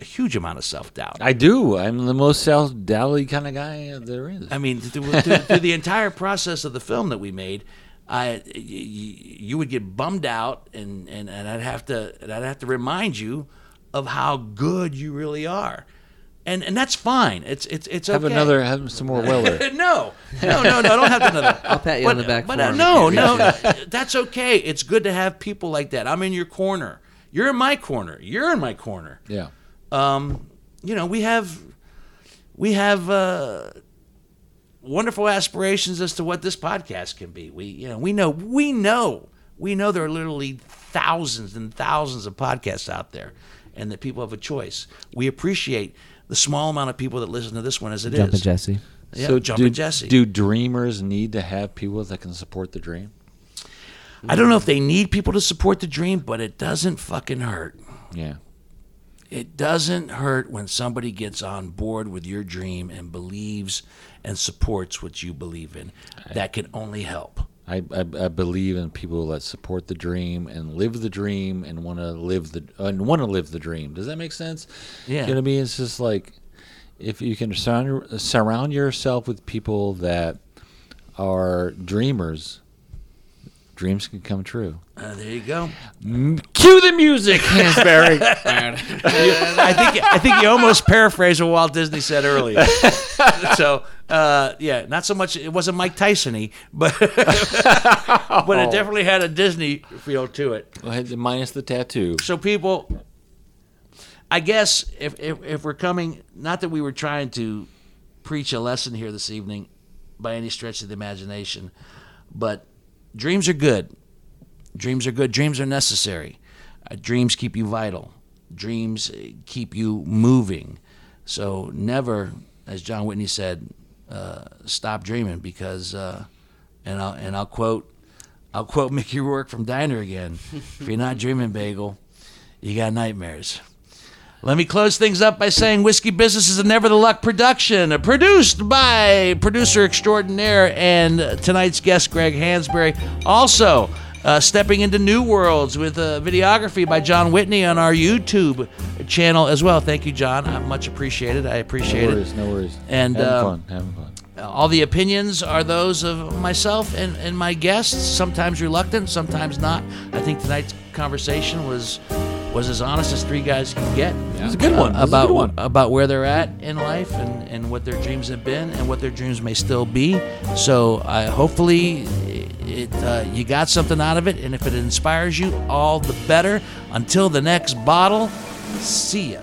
a huge amount of self doubt. I do. I'm the most self doubty kind of guy there is. I mean, through, through, through the entire process of the film that we made, I y- y- you would get bummed out, and, and, and I'd have to and I'd have to remind you of how good you really are, and and that's fine. It's it's it's have okay. another, have some more Weller. [LAUGHS] no, no, no, no. I don't have to know [LAUGHS] that. I'll pat you but, on the back But for uh, it. no, no, that's okay. It's good to have people like that. I'm in your corner. You're in my corner. You're in my corner. yeah. Um, you know, we have, we have, uh, wonderful aspirations as to what this podcast can be. We you know we know we know we know there are literally thousands and thousands of podcasts out there, and that people have a choice. We appreciate the small amount of people that listen to this one as it is. Jumpin' Jesse. Yeah, so Jumpin' do, Jesse. Do dreamers need to have people that can support the dream? I don't know if they need people to support the dream, but it doesn't fucking hurt. Yeah. It doesn't hurt when somebody gets on board with your dream and believes and supports what you believe in. That can only help. I, I, I believe in people that support the dream and live the dream and want to live the uh, and want to live the dream. Does that make sense? Yeah. You know what I mean? It's just like if you can surround surround yourself with people that are dreamers, dreams can come true. Uh, there you go. Cue the [LAUGHS] music, Hansberry. Uh, I think I think you almost paraphrased what Walt Disney said earlier. so uh, yeah, not so much. It wasn't Mike Tyson-y, but [LAUGHS] but it definitely had a Disney feel to it. Minus the tattoo. So people, I guess if, if if we're coming, not that we were trying to preach a lesson here this evening, by any stretch of the imagination, but dreams are good. Dreams are good. Dreams are necessary. Uh, dreams keep you vital. Dreams uh, keep you moving. So never, as John Whitney said, uh, stop dreaming because, uh, and I'll and I'll quote, I'll quote [LAUGHS] Mickey Rourke from Diner again. if you're not dreaming, bagel, you got nightmares. Let me close things up by saying Whiskey Business is a Never the Luck production, uh, produced by producer extraordinaire and uh, tonight's guest, Greg Hansberry. Also, uh, stepping into new worlds with uh, videography by John Whitney on our YouTube channel as well. Thank you, John. I much appreciated. I appreciate No it. worries. No worries. And, having uh, fun. Having fun. All the opinions are those of myself and, and my guests, sometimes reluctant, sometimes not. I think tonight's conversation was was as honest as three guys can get. It was a good one. It was a Uh, About, good one. about where they're at in life and, and what their dreams have been and what their dreams may still be. So I hopefully it uh, you got something out of it. And if it inspires you, all the better. Until the next bottle, see ya.